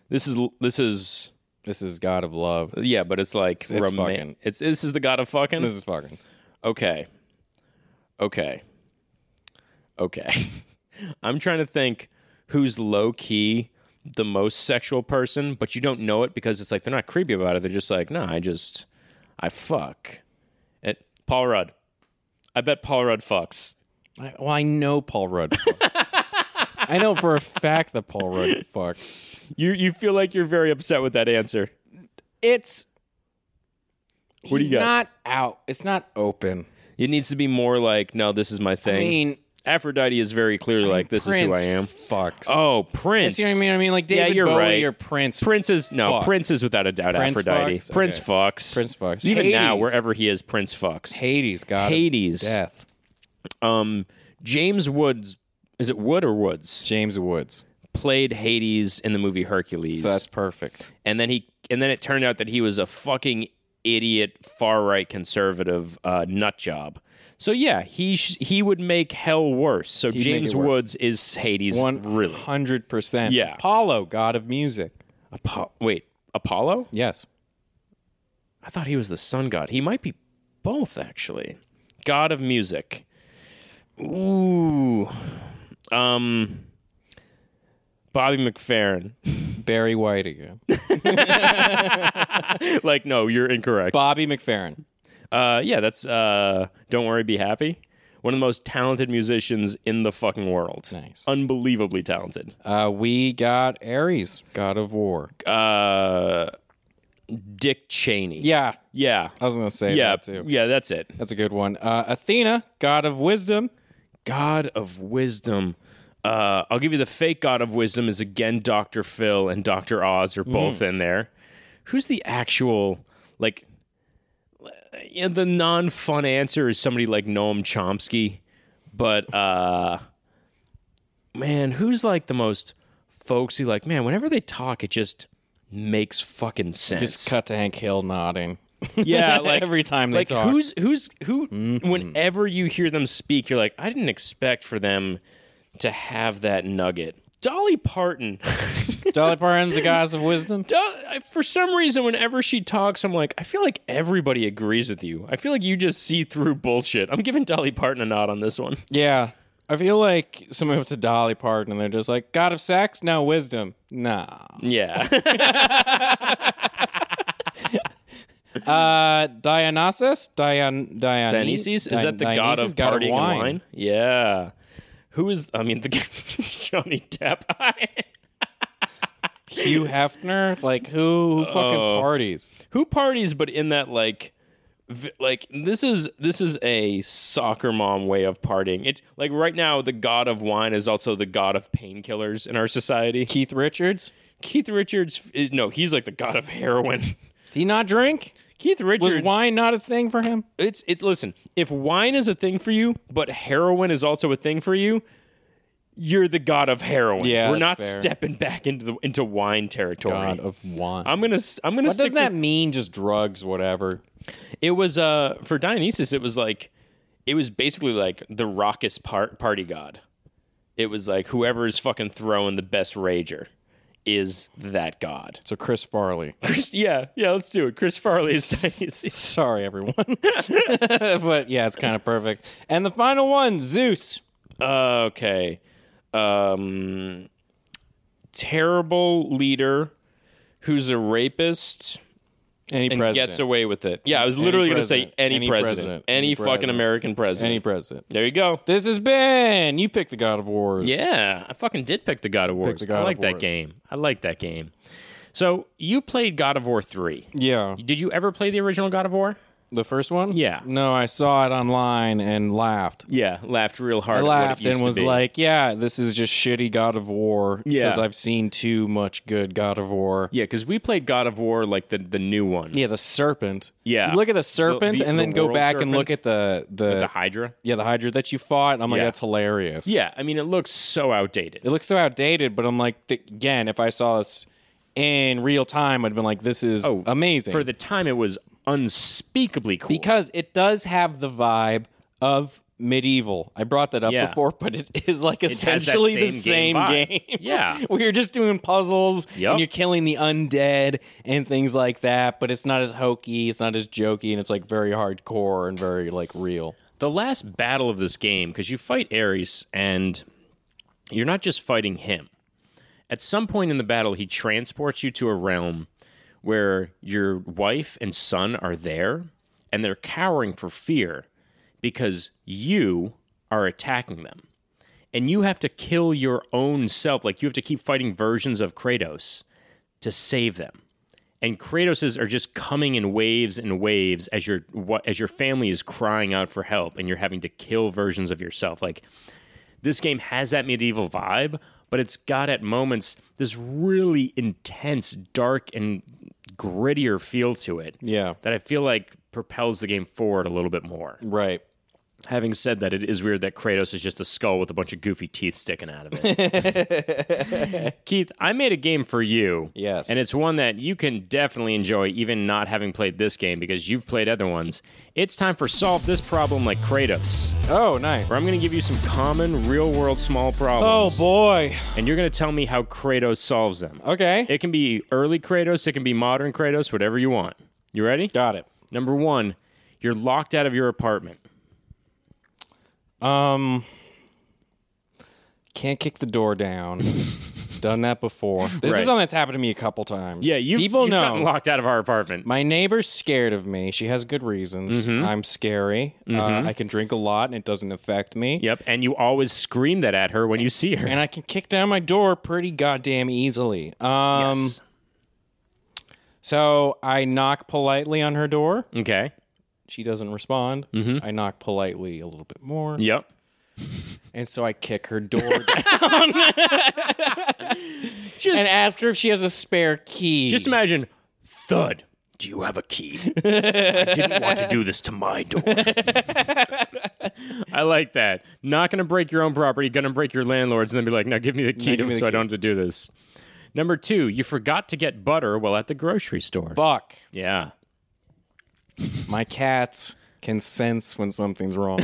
This is this is
This is God of Love.
yeah, but it's like
it's
roman-
fucking.
It's this is the god of fucking.
This is fucking.
Okay. Okay. Okay. I'm trying to think who's low key the most sexual person, but you don't know it because it's like they're not creepy about it. They're just like, no, I just, I fuck. It, Paul Rudd. I bet Paul Rudd fucks.
I, well, I know Paul Rudd. Fucks. I know for a fact that Paul Rudd fucks.
You you feel like you're very upset with that answer.
It's
What do you
he's
got?
Not out. It's not open.
It needs to be more like, no, this is my
I
thing.
mean,
Aphrodite is very clearly like, this
Prince
is who I am.
Fucks.
Oh, Prince.
you know what I mean? I mean, like
Yeah,
David
you're
Bowie
right.
or Prince.
Prince is no
Fuck.
Prince is without a doubt
Prince
Aphrodite.
fucks?
Prince
Okay.
fucks.
Prince fucks.
Even now,
Hades.
wherever he is, Prince fucks.
Hades, God.
Hades.
Death.
Um, James Woods. Is it Wood or Woods?
James Woods.
Played Hades in the movie Hercules,
So that's perfect.
and then he and then it turned out that he was a fucking idiot, far right conservative uh, nut job. So yeah, he sh- he would make hell worse. So
make
James
it worse.
Woods is Hades.
One
really?
hundred percent.
Yeah.
Apollo, god of music.
Apo- wait, Apollo?
Yes.
I thought he was the sun god. He might be both, actually. God of music. Ooh. Um. Bobby McFerrin.
Barry White again.
like, no, you're incorrect.
Bobby McFerrin.
uh, yeah, that's uh, Don't Worry, Be Happy. One of the most talented musicians in the fucking world.
Nice.
Unbelievably talented.
Uh, we got Ares, god of war.
Uh, Dick Cheney.
Yeah.
Yeah.
I was gonna say
Yeah.
that too.
Yeah, that's it.
That's a good one. Uh, Athena, god of wisdom.
God of Wisdom. Uh, I'll give you the fake God of Wisdom is again Dr. Phil and Dr. Oz are both in there. Who's the actual like? You know, the non-fun answer is somebody like Noam Chomsky, but uh, man, who's like the most folksy? Like, man, whenever they talk, it just makes fucking sense.
Just cut to Hank Hill nodding.
Yeah, like
Every time they
like
talk.
who's who's who. Whenever you hear them speak, you're like, I didn't expect for them to have that nugget. Dolly Parton.
Dolly Parton's the goddess of wisdom.
Do- I- for some reason, whenever she talks, I'm like, I feel like everybody agrees with you. I feel like you just see through bullshit. I'm giving Dolly Parton a nod on this one.
Yeah. I feel like someone went to Dolly Parton and they're just like, God of sex? No, wisdom. Nah.
Hmm. Yeah,
Uh, Dionysus? Dion, Dion,
Dionysus is that the god of partying and wine? Yeah. Who is? I mean, the Johnny Depp.
Hugh Hefner? Like, who, who fucking
Oh.
parties?
who parties but in that like v- like this is this is a soccer mom way of partying it like right now the god of wine is also the god of painkillers in our society
Keith Richards?
keith richards is no he's like the god of heroin
Did he not drink?
keith
Was
richards
wine not a thing for him?
it's it's listen if wine is a thing for you but heroin is also a thing for you you're the god of heroin
Yeah,
we're
that's
not
fair.
stepping back into the into wine territory
God of wine.
i'm gonna s- i'm gonna
what does
stick
that
with-
mean? Just drugs, whatever.
It was uh for Dionysus. It was like it was basically like the raucous part party god. It was like whoever is fucking throwing the best rager is that god.
So Chris Farley.
Chris, yeah, yeah. Let's do it. Chris Farley is Dionysus.
Sorry, everyone. but yeah, it's kind of perfect. And the final one, Zeus.
Uh, okay. Um, terrible leader who's a rapist
Any
and
president.
gets away with it. Yeah, I was literally going to say
president.
any,
Any
president,
president.
any,
Any
fucking
president.
American president.
Any president.
there you go.
This has been you pick the God of Wars.
Yeah, I fucking did pick the God of War.
the God
I
of
like that
Wars.
game. I like that game. So you played God of War three.
yeah.
Did you ever play the original God of War?
The first one.
Yeah.
No, I saw it online and laughed.
Yeah, laughed real hard.
I
at what it
laughed
used
and
to
was
be.
like, "Yeah, this is just shitty God of War."
Yeah.
Because I've seen too much good God of War.
yeah, because we played God of War like the the new one,
Yeah, the serpent.
Yeah.
You look at the
The-
serpent
the-
and
the
then go
world
back and look
serpent?
at the the,
the Hydra.
yeah the Hydra that you fought. and I'm like,
Yeah.
that's hilarious.
Yeah, I mean it looks so outdated.
It looks so outdated, but I'm like, th- again, if I saw this in real time, I'd been like, this is amazing.
Oh, For the time, it was unspeakably cool.
because it does have the vibe of medieval. I brought that up
Yeah.
before, but it is like
that
essentially the
same
same
game
game.
vibe. Yeah.
where you're just doing puzzles
Yup.
and you're killing the undead and things like that. But it's not as hokey, it's not as jokey, and it's like very hardcore and very like real.
the last battle of this game because you fight Ares and you're not just fighting him. At some point in the battle, he transports you to a realm where your wife and son are there and they're cowering for fear because you are attacking them. And you have to kill your own self. Like you have to keep fighting versions of Kratos to save them and Kratoses are just coming in waves and waves as your what as your family is crying out for help and you're having to kill versions of yourself. Like this game has that medieval vibe, but it's got at moments this really intense, dark, and grittier feel to it
Yeah.
that I feel like propels the game forward a little bit more.
Right.
Having said that, it is weird that Kratos is just a skull with a bunch of goofy teeth sticking out of it. Keith, I made a game for you.
Yes.
And it's one that you can definitely enjoy, even not having played this game, because you've played other ones. It's time for Solve This Problem Like Kratos,
Oh, nice.
where I'm going to give you some common real world small
Oh
problems.
boy.
And you're going to tell me how Kratos solves them.
Okay.
It can be early Kratos, it can be modern Kratos, whatever you want. You ready?
Got it.
Number one, you're locked out of your apartment.
Um, can't kick the door down. Done that before. This
Right.
is something that's happened to me a couple times.
Yeah, you've,
people
you've
know.
gotten locked out of our apartment.
My neighbor's scared of me. She has good reasons.
Mm-hmm.
I'm scary. Uh, I can drink a lot and it doesn't affect me.
Yep, and you always scream that at her when you see her.
And I can kick down my door pretty goddamn easily. Um,
Yes.
So I knock politely on her door.
Okay.
She doesn't respond.
Mm-hmm.
I knock politely a little bit more.
Yep.
And so I kick her door down and ask her if she has a spare key.
Just imagine, thud. Do you have a key? I didn't want to do this to my door. I like that. Not going to break your own property, going to break your landlord's, and then be like, now give me the key to,
give me the
so I don't have to do this. Number two, you forgot to get butter while at the grocery store.
Fuck.
yeah.
My cats can sense when something's wrong.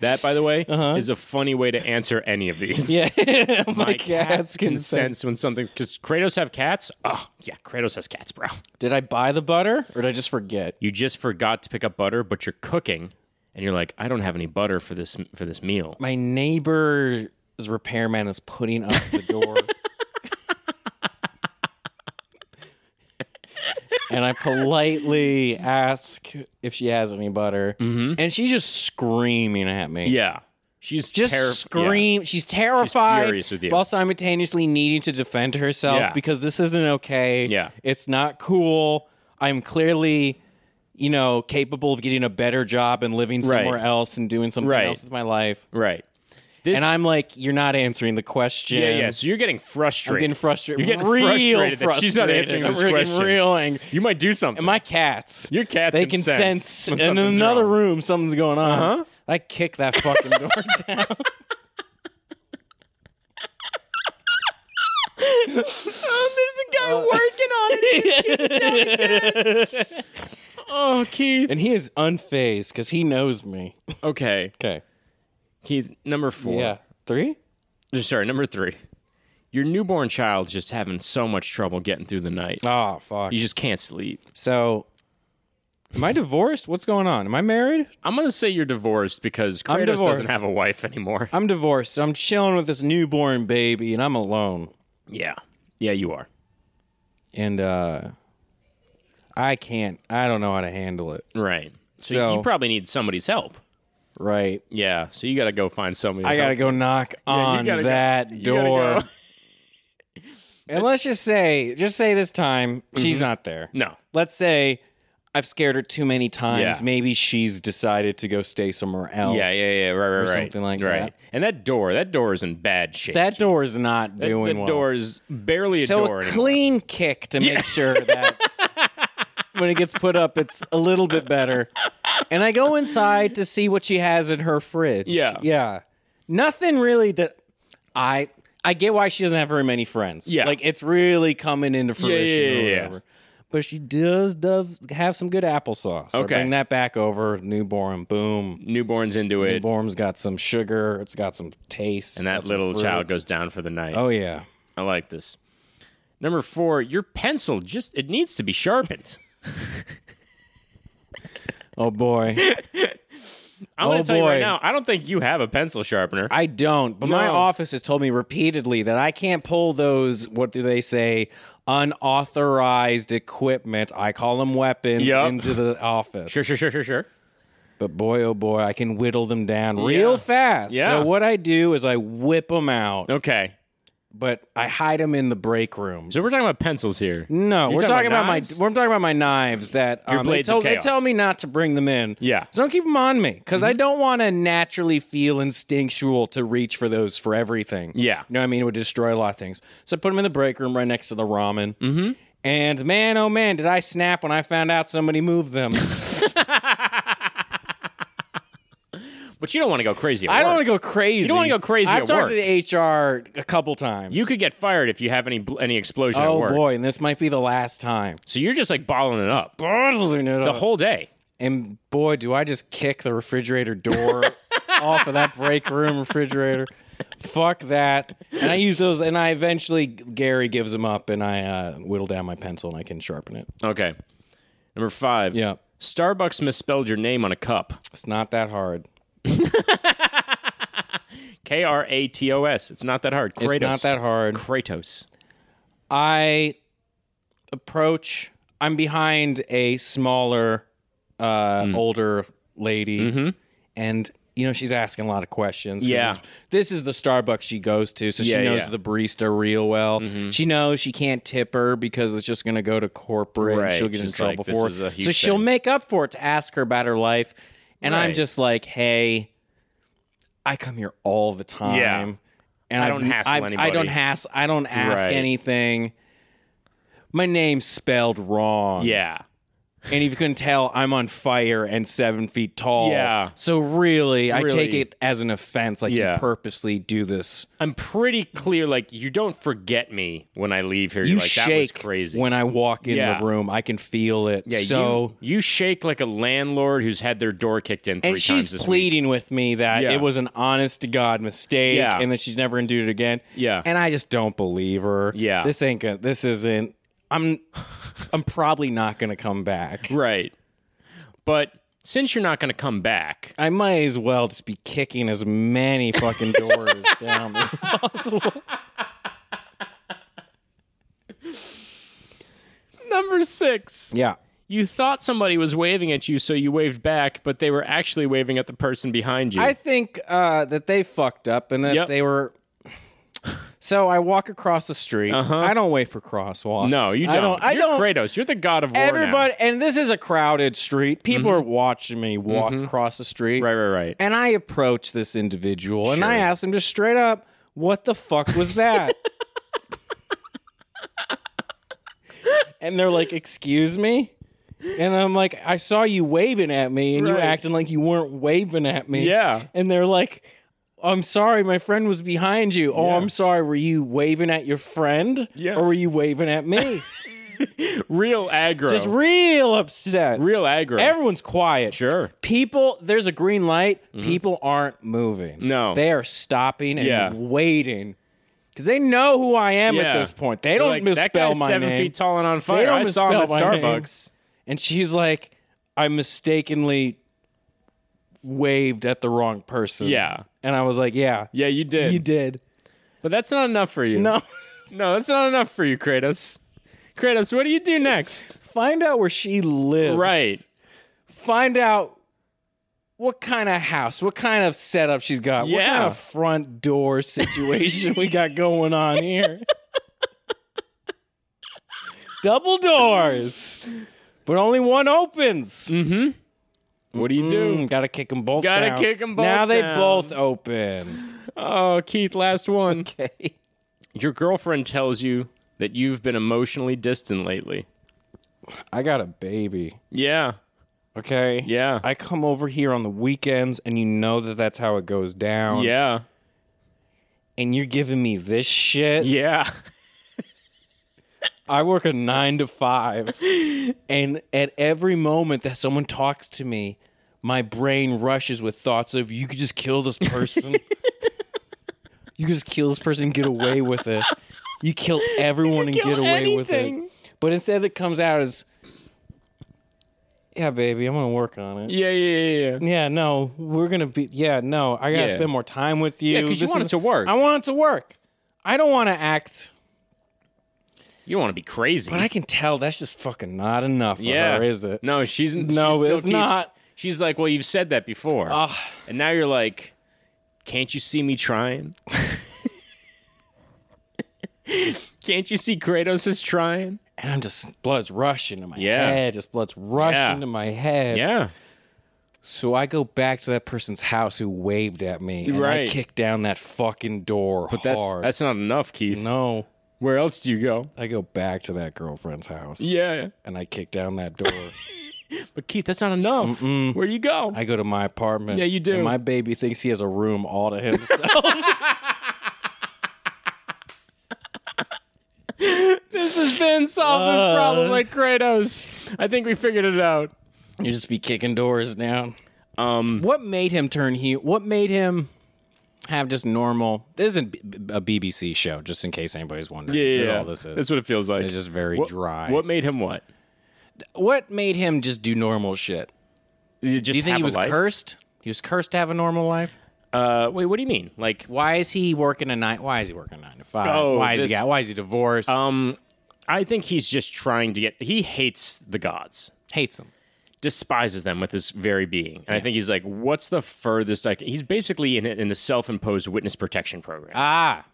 That, by the way, is a funny way to answer any of these. Yeah.
Uh-huh. Oh My,
My cats can sense when something because Kratos have cats. Oh yeah, Kratos has cats, bro.
Did I buy the butter or did I just forget?
You just forgot to pick up butter, but you're cooking, and you're like, I don't have any butter for this for this meal.
My neighbor's repairman is putting up the door. and I politely ask if she has any butter. And she's just screaming at me.
Yeah, she's
just
terri-
scream. She's terrified,
furious with you.
while simultaneously needing to defend herself
Yeah.
because this isn't okay.
Yeah.
it's not cool. I'm clearly, you know, capable of getting a better job and living
Right.
somewhere else and doing something
Right.
else with my life.
Yeah. Right. This,
And I'm like, you're not answering the question.
yeah yeah. So you're getting frustrated.
I'm getting frustrated.
You're getting
real
frustrated that she's not
frustrated.
answering
I'm
this
getting
question.
Real angry.
you might do something.
And my cats.
Your cats
They
can
can
sense
sense,
when
in
something's
another
wrong.
room something's going on.
Uh-huh.
I kick that fucking door down.
there's a guy working on it. oh, Keith.
And he is unfazed because he knows me.
Okay,
Okay.
Keith. Number four.
Yeah. Three?
Sorry, number three. Your newborn child's just having so much trouble getting through the night.
Oh, fuck.
You just can't sleep.
So, am I divorced? What's going on? Am I married?
I'm gonna say you're divorced because
I'm
Kratos
divorced.
doesn't have a wife anymore.
I'm divorced. so I'm chilling with this newborn baby and I'm alone.
Yeah, yeah, you are.
And, uh,. I can't. I don't know how to handle it.
Right. So,
So-
you probably need somebody's help.
Right.
Yeah. So you gotta go find somebody. to
I got to
help.
go knock on
gotta go-
that
you gotta
door.
go.
and let's just say, just say this time
Mm-hmm.
she's not there.
No.
let's say I've scared her too many times.
Yeah.
Maybe she's decided to go stay somewhere else.
Yeah, yeah, yeah. Right, right, right.
something like
right.
that.
And that door, that door is in bad shape.
That door is not doing
that
well.
door is barely a
so
door.
a
anymore.
clean kick to make sure that when it gets put up, it's a little bit better. And I go inside to see what she has in her fridge.
Yeah.
yeah. Nothing really that I I get why she doesn't have very many friends.
Yeah.
like it's really coming into
yeah,
fruition
yeah,
or
yeah.
whatever. But she does does have some good applesauce. So
Okay.
bring that back over. Newborn, boom.
Newborn's into it,
Newborn's got some sugar. It's got some taste.
and that little child goes down for the night.
Oh yeah.
I like this. Number four, your pencil just it needs to be sharpened.
Oh boy.
I'm gonna
Oh,
tell you right
boy.
now, I don't think you have a pencil sharpener.
I don't, but my
No.
office has told me repeatedly that I can't pull those, what do they say, unauthorized equipment, I call them weapons,
Yep.
into the office.
sure, sure, sure, sure, sure.
But boy, oh boy, I can whittle them down real fast.
Yeah.
So what I do is I whip them out,
Okay.
but I hide them in the break room.
So we're talking about pencils here.
No, we're
talking
talking
about
about, my
knives?
we're talking about my knives that um, they,
blades of
told, they
chaos.
tell me not to bring them in.
Yeah. Mm-hmm.
so don't keep them on me because I don't want to naturally feel instinctual to reach for those for everything.
Yeah.
you know what I mean. It would destroy a lot of things. So I put them in the break room right next to the ramen. Mm-hmm. And man, oh man, did I snap when I found out somebody moved them.
But you don't want to go crazy. At
I don't
work.
want to go crazy. You
don't wanna go crazy
I've
at
talked
work.
to the HR a couple times.
You could get fired if you have any bl- any explosion at
oh
work.
boy, and this might be the last time.
So you're just like bottling it up
Bottling it
the
up.
whole day.
And boy, do I just kick the refrigerator door off of that break room refrigerator. Fuck that. And I use those, and I eventually, Gary gives them up, and I uh, whittle down my pencil and I can sharpen it.
Okay. Number five.
Yeah.
Starbucks misspelled your name on a cup.
It's not that hard.
K R A T O S. It's not that hard. Kratos.
It's not that hard.
Kratos.
I approach. I'm behind a smaller, uh,
Hmm.
older lady, and you know she's asking a lot of questions. 'cause
Mm-hmm. Yeah.
this is, this is the Starbucks she goes to, so
Yeah,
she knows
yeah. Mm-hmm.
the barista real well. She knows she can't tip her because it's just going to go to corporate.
Right,
and She'll get in
she's like,
trouble
"This
for it.
is a
So
huge
she'll
thing."
make up for it to ask her about her life, and I'm
Right.
just like, hey, I come here all the time. And
I
I've-
don't hassle
I've- I don't
anybody.
hassle. I don't ask
Right.
anything. My name's spelled wrong.
Yeah.
And if you couldn't tell, I'm on fire and seven feet tall.
Yeah.
So really, I take
Really.
it as an offense. Like
Yeah.
you purposely do this.
I'm pretty clear. Like you don't forget me when I leave here.
You
You're like that was
shake
crazy.
when I walk in
Yeah.
the room. I can feel it.
yeah,
so
you, you shake like a landlord who's had their door kicked in three
and she's
times this week.
pleading with me that
Yeah.
it was an honest to god mistake
Yeah.
and that she's never gonna do it again.
Yeah.
and I just don't believe her.
Yeah.
this ain't gonna. This isn't. I'm. I'm probably not gonna come back.
Right. But since you're not going to come back,
I might as well just be kicking as many fucking doors down as possible.
number six.
Yeah.
You thought somebody was waving at you, so you waved back, but they were actually waving at the person behind you.
I think uh, that they fucked up and that
Yep.
they were. So I walk across the street. I don't wait for crosswalks.
no, you
I
don't.
Uh-huh. don't. I
you're
don't
Kratos. You're the god of war. now.
Everybody, and this is a crowded street. People are watching me walk across the street.
Right, right, right.
And I approach this individual and I ask him just straight up, what the fuck was that? and they're like, excuse me? And I'm like, I saw you waving at me and you acting like you weren't waving at me.
Yeah.
And they're like, I'm sorry, my friend was behind you. Oh, I'm sorry. Were you waving at your friend?
Yeah.
Or were you waving at me?
Real aggro.
Just real upset.
real aggro.
Everyone's quiet.
sure.
People, there's a green light. People aren't moving.
Mm-hmm. No.
They are stopping and
Yeah.
waiting because they know who I am at
Yeah.
this point. They don't
like, that
misspell
guy's
my
seven
name.
feet tall and on fire.
don't
I saw him at
misspell my name.
Starbucks.
And she's like, I mistakenly waved at the wrong person.
Yeah.
And I was like, yeah,
Yeah, you did.
you did.
But that's not enough for you.
No.
No, that's not enough for you, Kratos. Kratos, what do you do next?
Find out where she lives.
right.
Find out what kind of house, what kind of setup she's got, what kind
Yeah.
of front door situation we got going on here. Double doors, but only one opens.
What do you do?
Mm, gotta kick them both.
Mm-hmm. Gotta
down.
kick 'em both
Now they
down.
both open.
Oh, Keith, last one.
Okay.
Your girlfriend tells you that you've been emotionally distant lately.
I got a baby.
Yeah.
Okay.
Yeah.
I come over here on the weekends, and you know that that's how it goes down.
yeah.
And you're giving me this shit.
Yeah.
I work a nine to five, and at every moment that someone talks to me, my brain rushes with thoughts of you could just kill this person. you could just kill this person and get away with it. You kill everyone and get away with it.
anything.
But instead, it comes out as, yeah, baby, I'm gonna work on it.
Yeah, yeah, yeah, yeah.
Yeah, no, we're gonna be. Yeah, no, I gotta
Yeah.
spend more time with you.
'cause you
This
want it to work.
I want it to work. I don't want to act.
You don't want to be crazy.
But I can tell that's just fucking not enough for
yeah.
her, is it?
No, Uh, she's
No,
she still
it's
keeps-
not.
She's like, well, you've said that before, and now you're like, can't you see me trying? Can't you see Kratos is trying?
and I'm just blood's rushing to my
Yeah.
head. Just blood's rushing
Yeah.
to my head.
Yeah.
So I go back to that person's house who waved at me. And
Right.
I kick down that fucking door but
That's
hard.
that's not enough, Keith.
no.
Where else do you go?
I go back to that girlfriend's house
Yeah.
and I kick down that door.
But Keith, that's not enough. Where do you go?
I go to my apartment.
Yeah, you do.
And my baby thinks he has a room all to himself.
this has been solve
Uh.
this problem like Kratos. I think we figured it out.
you just be kicking doors down. Um, what made him turn heel? What made him have just normal? This isn't b- b- a BBC show, just in case anybody's wondering. That's all this is.
That's what it feels like.
It's just very
What-
dry.
What made him what?
what made him just do normal shit?
You just
Do you think
have
he
a
was
life?
cursed? He was cursed to have a normal life.
Uh, wait, what do you mean? Like,
Why is he working a nine? Why is he working a nine to five?
Oh,
why is
this-
he got? Why is he divorced?
um, I think he's just trying to get. He hates the gods,
Hates him.
despises them with his very being, and I think he's like, what's the furthest I can? He's basically in a- in the self-imposed witness protection program
Ah,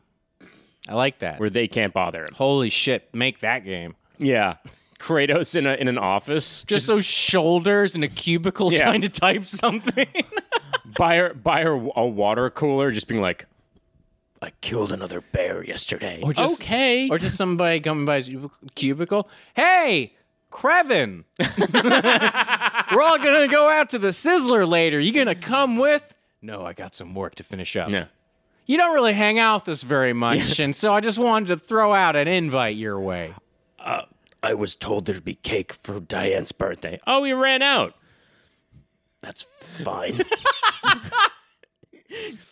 I like that.
where they can't bother him.
Holy shit! Make that game.
Yeah, Kratos in a in an office,
Just, those shoulders in a cubicle
Yeah.
trying to type something.
by her, by her, a water cooler, just being like, I killed another bear yesterday. Or
just-
okay.
or just somebody coming by his cubicle. Hey, Krevin, we're all gonna go out to the Sizzler later. You gonna come with? No, I got some work to finish up.
Yeah.
You don't really hang out with us very much, and so I just wanted to throw out an invite your way.
I was told there'd be cake for Diane's birthday. Oh, we ran out. That's fine.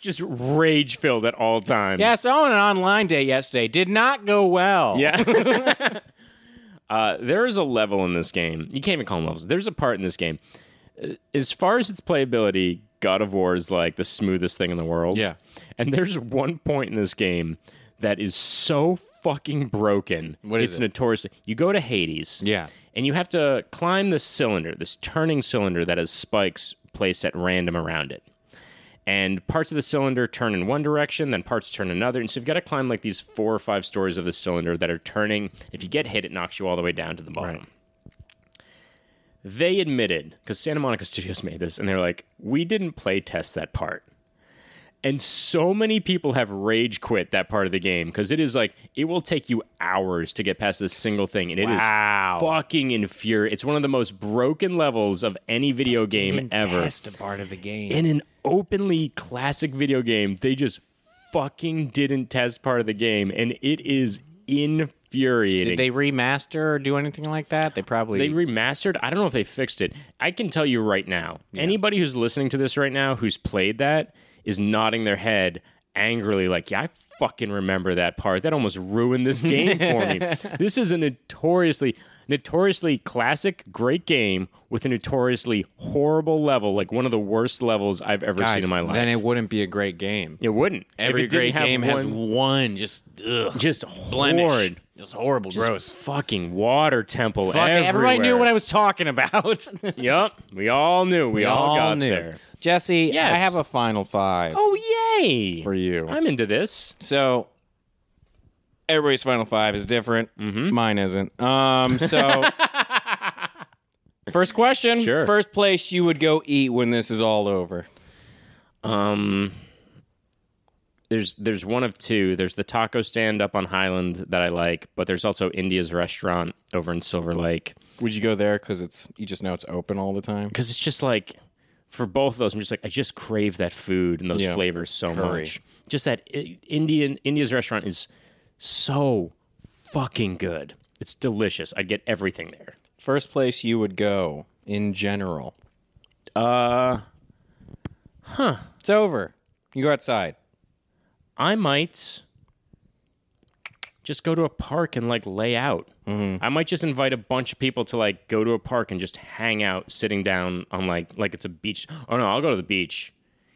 Just rage filled at all times.
Yeah, so I went on an online date yesterday. Did not go well.
Yeah. uh, there is a level in this game. You can't even call them levels. There's a part in this game. Uh, As far as its playability, God of War is like the smoothest thing in the world.
Yeah.
And there's one point in this game that is so fucking broken.
What is
it's
it?
notorious. You go to Hades.
Yeah.
And you have to climb this cylinder, this turning cylinder that has spikes placed at random around it and parts of the cylinder turn in one direction, then parts turn another. And so you've got to climb like these four or five stories of the cylinder that are turning. If you get hit, it knocks you all the way down to the bottom. They admitted, because Santa Monica Studios made this, and they're like, we didn't play test that part. And so many people have rage quit that part of the game because it is like, it will take you hours to get past this single thing. And it is
Wow.
fucking infuriating. It's one of the most broken levels of any video game ever
That's the part of the game.
in an openly classic video game, they just fucking didn't test part of the game, and it is infuriating.
Did they remaster or do anything like that? They probably
They remastered. I don't know if they fixed it. I can tell you right now. Anybody who's listening to this right now who's played that is nodding their head angrily, like, "Yeah, I fucking remember that part. That almost ruined this game for me." This is a notoriously, notoriously classic, great game with a notoriously horrible level, like one of the worst levels I've ever seen in my life.
Then it wouldn't be a great game.
It wouldn't. If
Every
it didn't
great
have
game has
one
one just ugh,
just
blemish.
horrid,
Just horrible, gross.
fucking water temple.
Fuck,
everywhere.
everybody knew what I was talking about. we,
Yep, we all knew. We, all, got
knew.
there.
Jesse,
Yes.
I have a final five
Oh yay!
for you.
I'm into this.
so everybody's final five is different. Mm-hmm. Mine isn't. Um, so first question.
Sure.
First place you would go eat when this is all over.
Um, there's there's one of two. There's the taco stand up on Highland that I like, but there's also India's restaurant over in Silver Lake
Would you go there because it's you just know it's open all the time?
because it's just like for both of those. I'm just like I just crave that food and those
Yeah.
flavors so
Curry.
much. Just that I- Indian India's restaurant is so fucking good. It's delicious. I'd get everything there.
First place you would go in general.
Uh,
It's over. You go outside.
I might just go to a park and like lay out.
Mm-hmm.
I might just invite a bunch of people to like go to a park and just hang out, sitting down on like like it's a beach. Oh no, I'll go to the beach.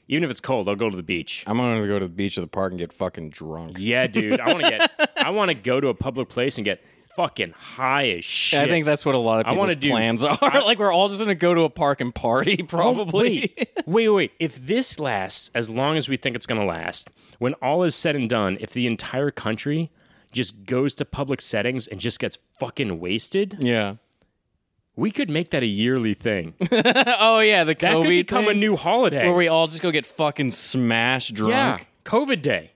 Even if it's cold, I'll go to the beach.
I'm gonna go to the beach or the park and get fucking drunk.
Yeah, dude, I want to get. I want to go to a public place and get fucking high as shit.
I think that's what a lot of
I
people's
wanna do-
plans are. like we're all just gonna go to a park and party, probably.
Wait, wait, wait. If this lasts as long as we think it's going to last, when all is said and done, if the entire country just goes to public settings and just gets fucking wasted.
Yeah.
We could make that a yearly thing. That
Oh yeah, the COVID
could become a
thing
new holiday.
where we all just go get fucking smashed drunk.
yeah, COVID day.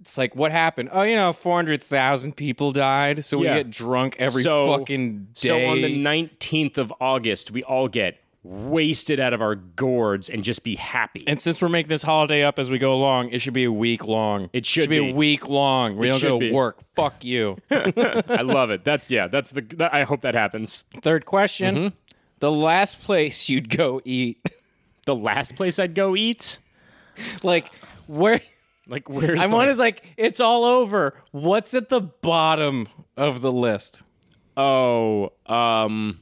It's like what happened? Oh, you know, four hundred thousand people died, so
Yeah.
we get drunk every
So-
fucking day.
So on the 19th of August, we all get wasted out of our gourds and just be happy.
and since we're making this holiday up as we go along, it should be a week long.
It should
be.
be.
a week long. We don't
should
go to
be.
work. Fuck you.
I love it. That's yeah. That's the. That, I hope that happens.
Third question:
Mm-hmm.
The last place you'd go eat,
The last place I'd go eat,
like where?
like where's
I
the-
want is like it's all over. What's at the bottom of the list?
Oh, um,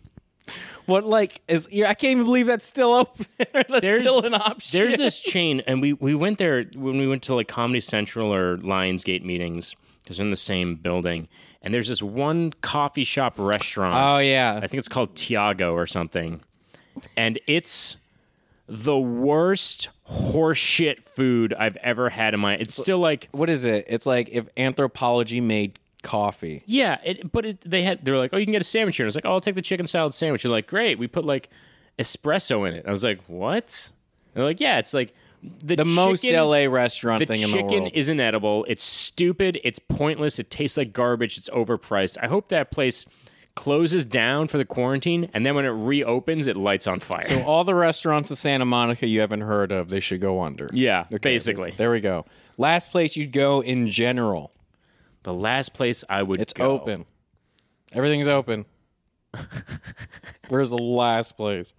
What like is? I can't even believe that's still open. that's
There's-
still an option.
there's this chain, and we we went there when we went to like Comedy Central or Lionsgate meetings because in the same building. And there's this one coffee shop restaurant.
Oh, yeah.
I think it's called Tiago or something, and it's the worst horseshit food I've ever had in my. It's still like
what is it? It's like if anthropology made coffee.
Yeah, it, but it, they had they were like, oh, you can get a sandwich here. And I was like, oh, I'll take the chicken salad sandwich. They're like, great. We put like espresso in it. I was like, what? And they're like, yeah, it's like the,
The most
chicken-
LA restaurant
The
thing in
chicken
the world.
is inedible. It's stupid. It's pointless. It tastes like garbage. It's overpriced. I hope that place closes down for the quarantine, and then when it reopens, it lights on fire.
So all the restaurants in Santa Monica you haven't heard of, they should go under.
yeah, basically,
There we go. Last place you'd go in general.
the last place I would
It's
go.
open. Everything's open. Where's the last place?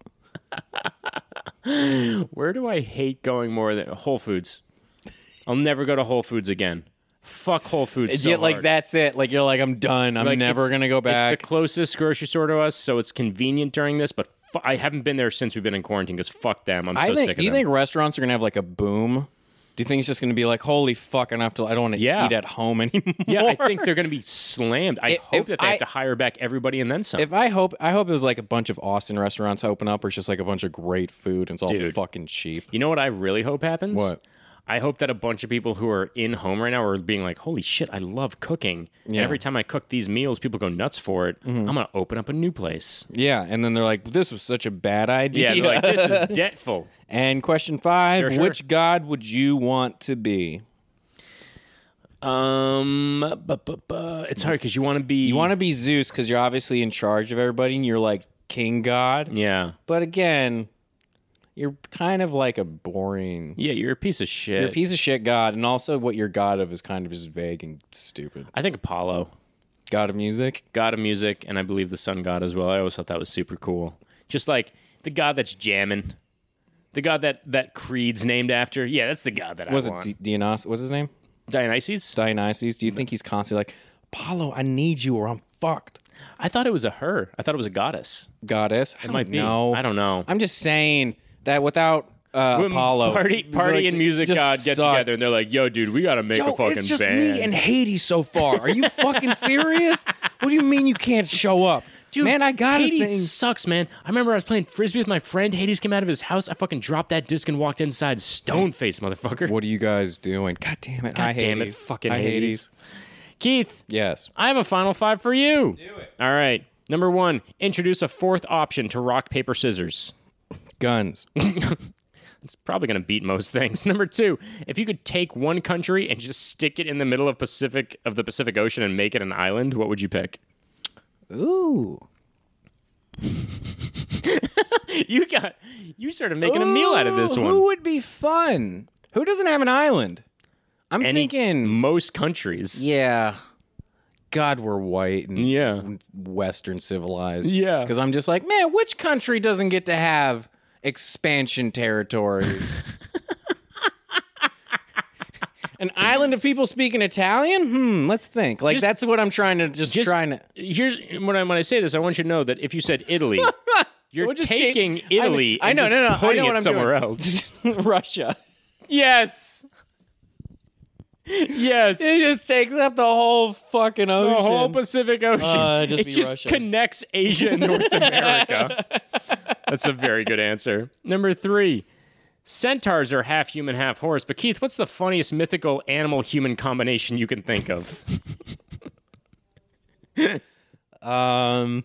Where do I hate going more than Whole Foods? I'll never go to Whole Foods again. Fuck Whole Foods. so
Yet, like
hard.
that's it. Like you're like I'm done. I'm
Like,
never
it's-
gonna go back.
It's the closest grocery store to us, so it's convenient during this. But fu- I haven't been there since we've been in quarantine because fuck them. I'm so
I think.
sick of
do you
them.
think restaurants are gonna have like a boom? Do you think it's just gonna be like holy fuck? I don't have to. I don't want to
Yeah.
eat at home anymore.
yeah, I think they're going to be slammed. I
If-
hope
if
that they
I-
have to hire back everybody and then some.
If I hope, I hope it was like a bunch of Austin restaurants open up, or it's just like a bunch of great food and it's all fucking cheap.
you know what I really hope happens?
What?
I hope that a bunch of people who are in home right now are being like, "Holy shit, I love cooking." And Every time I cook these meals, people go nuts for it.
Mm-hmm.
I'm going to open up a new place.
Yeah, and then they're like, "This was such a bad idea."
Yeah, they're like this is debtful.
and question five:
Sure, sure.
Which god would you want to be?
Um, but, but, but it's hard because you want to be.
You want to be Zeus because you're obviously in charge of everybody, and you're like king god.
Yeah.
But again, you're kind of like a boring,
Yeah, you're a piece of shit.
you're a piece of shit god, and also what you're god of is kind of just vague and stupid.
I think Apollo,
God of music.
god of music, and I believe the sun god as well. I always thought that was super cool. Just like the god that's jamming, the god that that Creed's named after. Yeah, that's the god that
Was
I
it
want.
D- Dionys? What's his name?
Dionysus.
Dionysus. Do you think he's constantly like, Apollo, I need you or I'm fucked?
I thought it was a her. I thought it was a goddess.
Goddess. I
It
don't
might be.
know.
I don't know.
I'm just saying that without uh,
When
Apollo,
Party, party,
like,
and music
just
god get
sucked.
together, and they're like, "Yo, dude, we gotta make
Yo,
a fucking
it's just
band."
me and Hades so far. Are you fucking serious? What do you mean you can't show up,
Dude,
Man, I got a
Hades
thing.
sucks, man. I remember I was playing frisbee with my friend. Hades came out of his house. I fucking dropped that disc and walked inside. Stone face, motherfucker.
What are you guys doing? God damn it! I
damn it,
Hades.
fucking
I
Hades. Keith,
Yes.
I have a final five for you. Do it. All right. Number one, introduce a fourth option to rock, paper, scissors.
Guns.
It's probably going to beat most things. Number two, if you could take one country and just stick it in the middle of Pacific of the Pacific Ocean and make it an island, what would you pick?
Ooh.
You got you started making a meal out of this
Who
one.
would be fun? Who doesn't have an island? I'm
Any-
thinking
Most countries.
Yeah. God, we're white and
Yeah.
Western civilized.
Yeah.
Because I'm just like, man, which country doesn't get to have expansion territories? An island of people speaking Italian? Hmm, let's think. Like, that's what I'm trying to just,
just-
trying to.
Here's when I when I say this, I want you to know that if you said Italy, you're
We'll just change-
taking
I mean,
Italy.
I,
and
know,
just
no, no, I
putting
know
it
what I'm
somewhere
doing.
else.
Russia.
Yes. Yes.
It just takes up the whole fucking ocean.
the whole Pacific Ocean.
Uh, just
it
be
just
Russia.
connects Asia and North America. That's a very good answer. Number three. Centaurs are half human, half horse. But Keith, what's the funniest mythical animal human combination you can think of?
Um,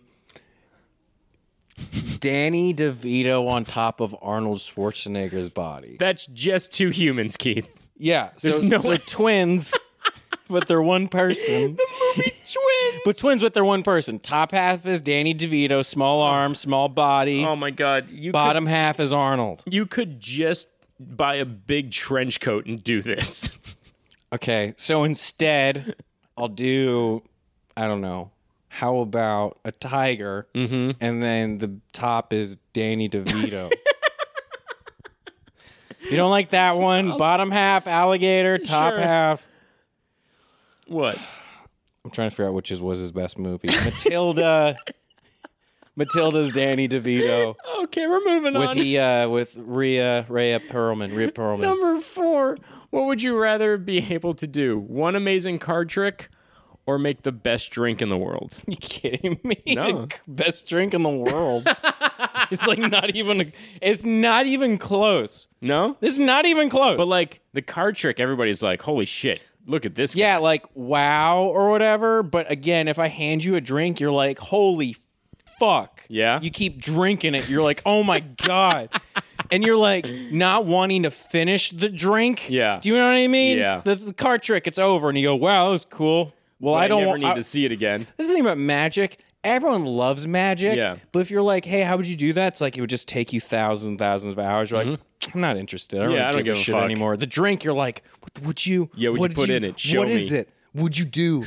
Danny DeVito on top of Arnold Schwarzenegger's body.
That's just two humans, Keith.
Yeah, so,
no
so
way.
twins, but they're one person.
Twin.
But twins, but they're one person. Top half is Danny DeVito, small arm, small body.
Oh my God! You
Bottom half is Arnold.
Could, you could just buy a big trench coat and do this.
Okay, so instead, I'll do, I don't know, how about a tiger? Mm-hmm. And then the top is Danny DeVito. you don't like that one? Bottom half, alligator, top
Sure.
half.
What?
I'm trying to figure out which is, was his best movie. Matilda. Matilda's Danny DeVito
Okay, we're moving
with
on.
he uh, with Rhea Rhea Perlman. Rhea Perlman.
Number four. What would you rather be able to do? One amazing card trick, or make the best drink in the world?
you kidding me?
No.
The best drink in the world. it's like not even. It's not even close.
No.
This is not even close.
But like the card trick, everybody's like, "Holy shit! Look at this!"
yeah, like wow or whatever. But again, if I hand you a drink, you're like, holy fuck.
Yeah?
You keep drinking it. You're like, oh my god. And you're like not wanting to finish the drink.
Yeah.
Do you know what I mean?
Yeah.
The, the card trick, it's over, and you go, "Wow, that was cool." Well, I
I
don't
never
want.
need
I-
to see it again.
This is the thing about magic. Everyone loves magic.
Yeah.
But if you're like, hey, how would you do that? It's like it would just take you thousands and thousands of hours. You're like, I'm not interested. I don't,
Mm-hmm. Yeah,
really
I don't
give,
give
a
a
shit
fuck."
anymore. The drink, you're like, what would you?
Yeah, what'd you
what did
put in it? Show
what is
me.
it? Would you do?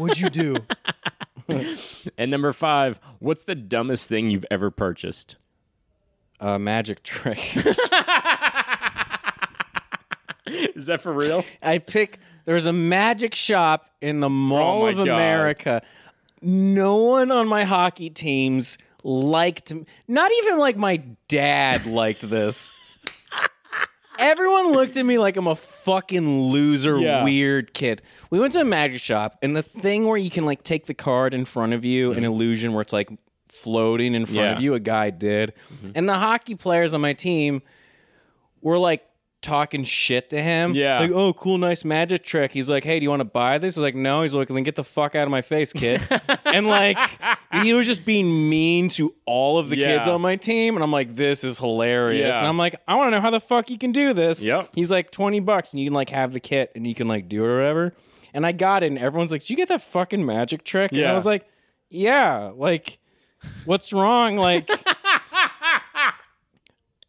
would you do?
And number five, what's the dumbest thing you've ever purchased?
A magic trick.
Is that for real?
I pick. There's a magic shop in the Mall
Oh my
of
God.
America. No one on my hockey teams liked. Not even like my dad liked this. Everyone looked at me like I'm a fucking loser,
Yeah.
weird kid. We went to a magic shop, and the thing where you can like take the card in front of you, an illusion where it's like floating in front
Mm-hmm. Yeah. Mm-hmm.
of you. A guy did, and the hockey players on my team were like talking shit to him.
Yeah.
Like, oh, cool, nice magic trick. He's like, hey, do you want to buy this? He's like, no. He's like, then get the fuck out of my face, kid. and like, he was just being mean to all of the
Yeah.
kids on my team. And I'm like, this is hilarious.
Yeah.
And I'm like, I want to know how the fuck you can do this.
Yep.
He's like, 20 bucks and you can like have the kit and you can like do it or whatever. And I got it. And everyone's like, did you get that fucking magic trick? And I
Yeah.
was like, yeah. Like, what's wrong? Like,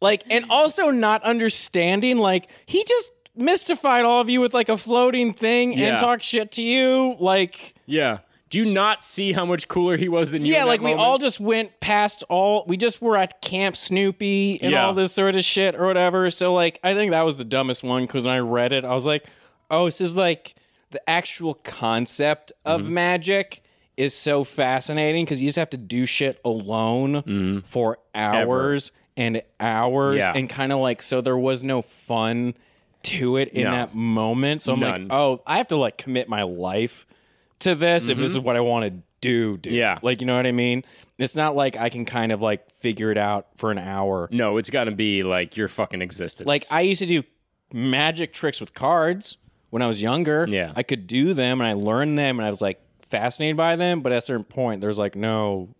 like and also not understanding like he just mystified all of you with like a floating thing
Yeah.
and talked shit to you like
Yeah. Do you not see how much cooler he was than you?
yeah
in that
like we
moment?
all just went past all we just were at camp snoopy and
Yeah.
all this sort of shit or whatever so like i think that was the dumbest one because when i read it i was like oh this is like the actual concept of
Mm-hmm.
magic is so fascinating because you just have to do shit alone for hours and hours
Mm-hmm. Yeah.
and kind of like so there was no fun to it in
No.
that moment so i'm
None.
like oh i have to like commit my life to this if this is what i want to do dude
Mm-hmm. Yeah.
like you know what i mean it's not like i can kind of like figure it out for an hour
No, it's got to be like your fucking existence.
like I used to do magic tricks with cards when I was younger.
Yeah.
I could do them and I learned them and I was like fascinated by them, but at a certain point there's like no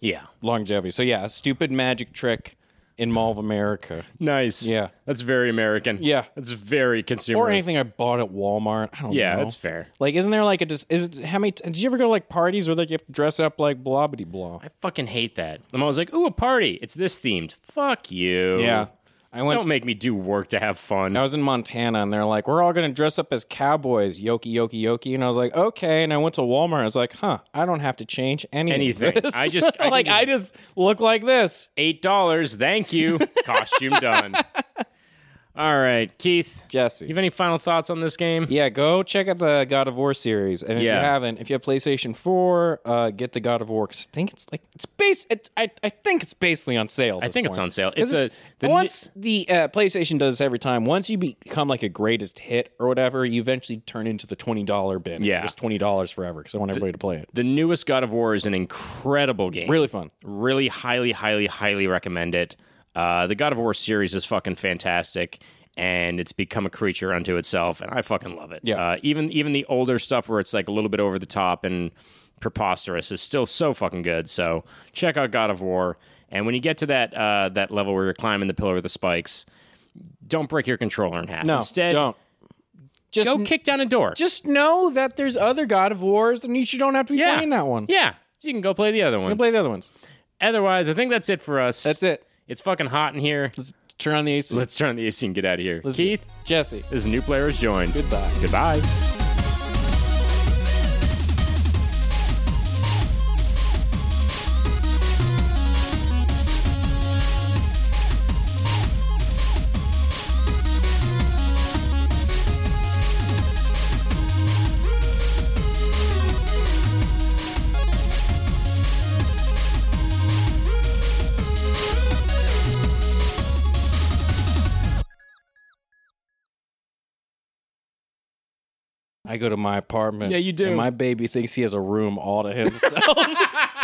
yeah.
longevity. So yeah, a stupid magic trick in Mall of America.
Nice.
Yeah.
That's very American.
Yeah.
That's very consumer.
Or anything I bought at Walmart. I don't
Yeah,
know.
that's fair.
Like, isn't there like a dis- is how many? T- did you ever go to like parties where like you have to dress up like blobbity blah?
I fucking hate that. I'm always like, ooh, a party. It's this themed. Fuck you.
Yeah, I went.
Don't make me do work to have fun.
I was in Montana and they're like, we're all going to dress up as cowboys, yoki, yoki, yoki. And I was like, okay. And I went to Walmart. I was like, huh, I don't have to change any of
Anything.
this.
I just- I can
like,
just-
I just look like this.
Eight dollars. Thank you. Costume done. All right, Keith.
Jesse.
You have any final thoughts on this game?
yeah, go check out the God of War series. And if you
Yeah.
haven't, if you have PlayStation 4, uh, get the God of War. 'cause I think it's like, it's base. It's, I, I think it's basically on sale. at
I
this
think it's
point.
on sale.
'Cause
It's a the ni-
once the uh, PlayStation does this every time. Once you become like a greatest hit or whatever, you eventually turn into the twenty dollar bin.
Yeah.
just twenty dollars forever because I want everybody to play it.
the newest God of War is an incredible game.
Really fun.
really highly, highly, highly recommend it. Uh, the God of War series is fucking fantastic, and it's become a creature unto itself, and I fucking love it.
Yeah.
Uh, even even the older stuff where it's like a little bit over the top and preposterous is still so fucking good. So check out God of War. And when you get to that uh, that level where you're climbing the pillar with the spikes, don't break your controller in half.
No,
Instead,
don't. Just,
go kick down a door.
just know that there's other God of Wars, and you don't have to be
yeah.
playing that one.
Yeah. So you can go play the other ones.
Play the other ones.
Otherwise, I think that's it for us.
That's it.
It's fucking hot in here. Let's,
Turn on the AC.
turn on the AC and get out of here. Keith,
Jesse.
as new players joined.
Goodbye.
Goodbye.
I go to my apartment.
Yeah, you do.
And my baby thinks he has a room all to himself.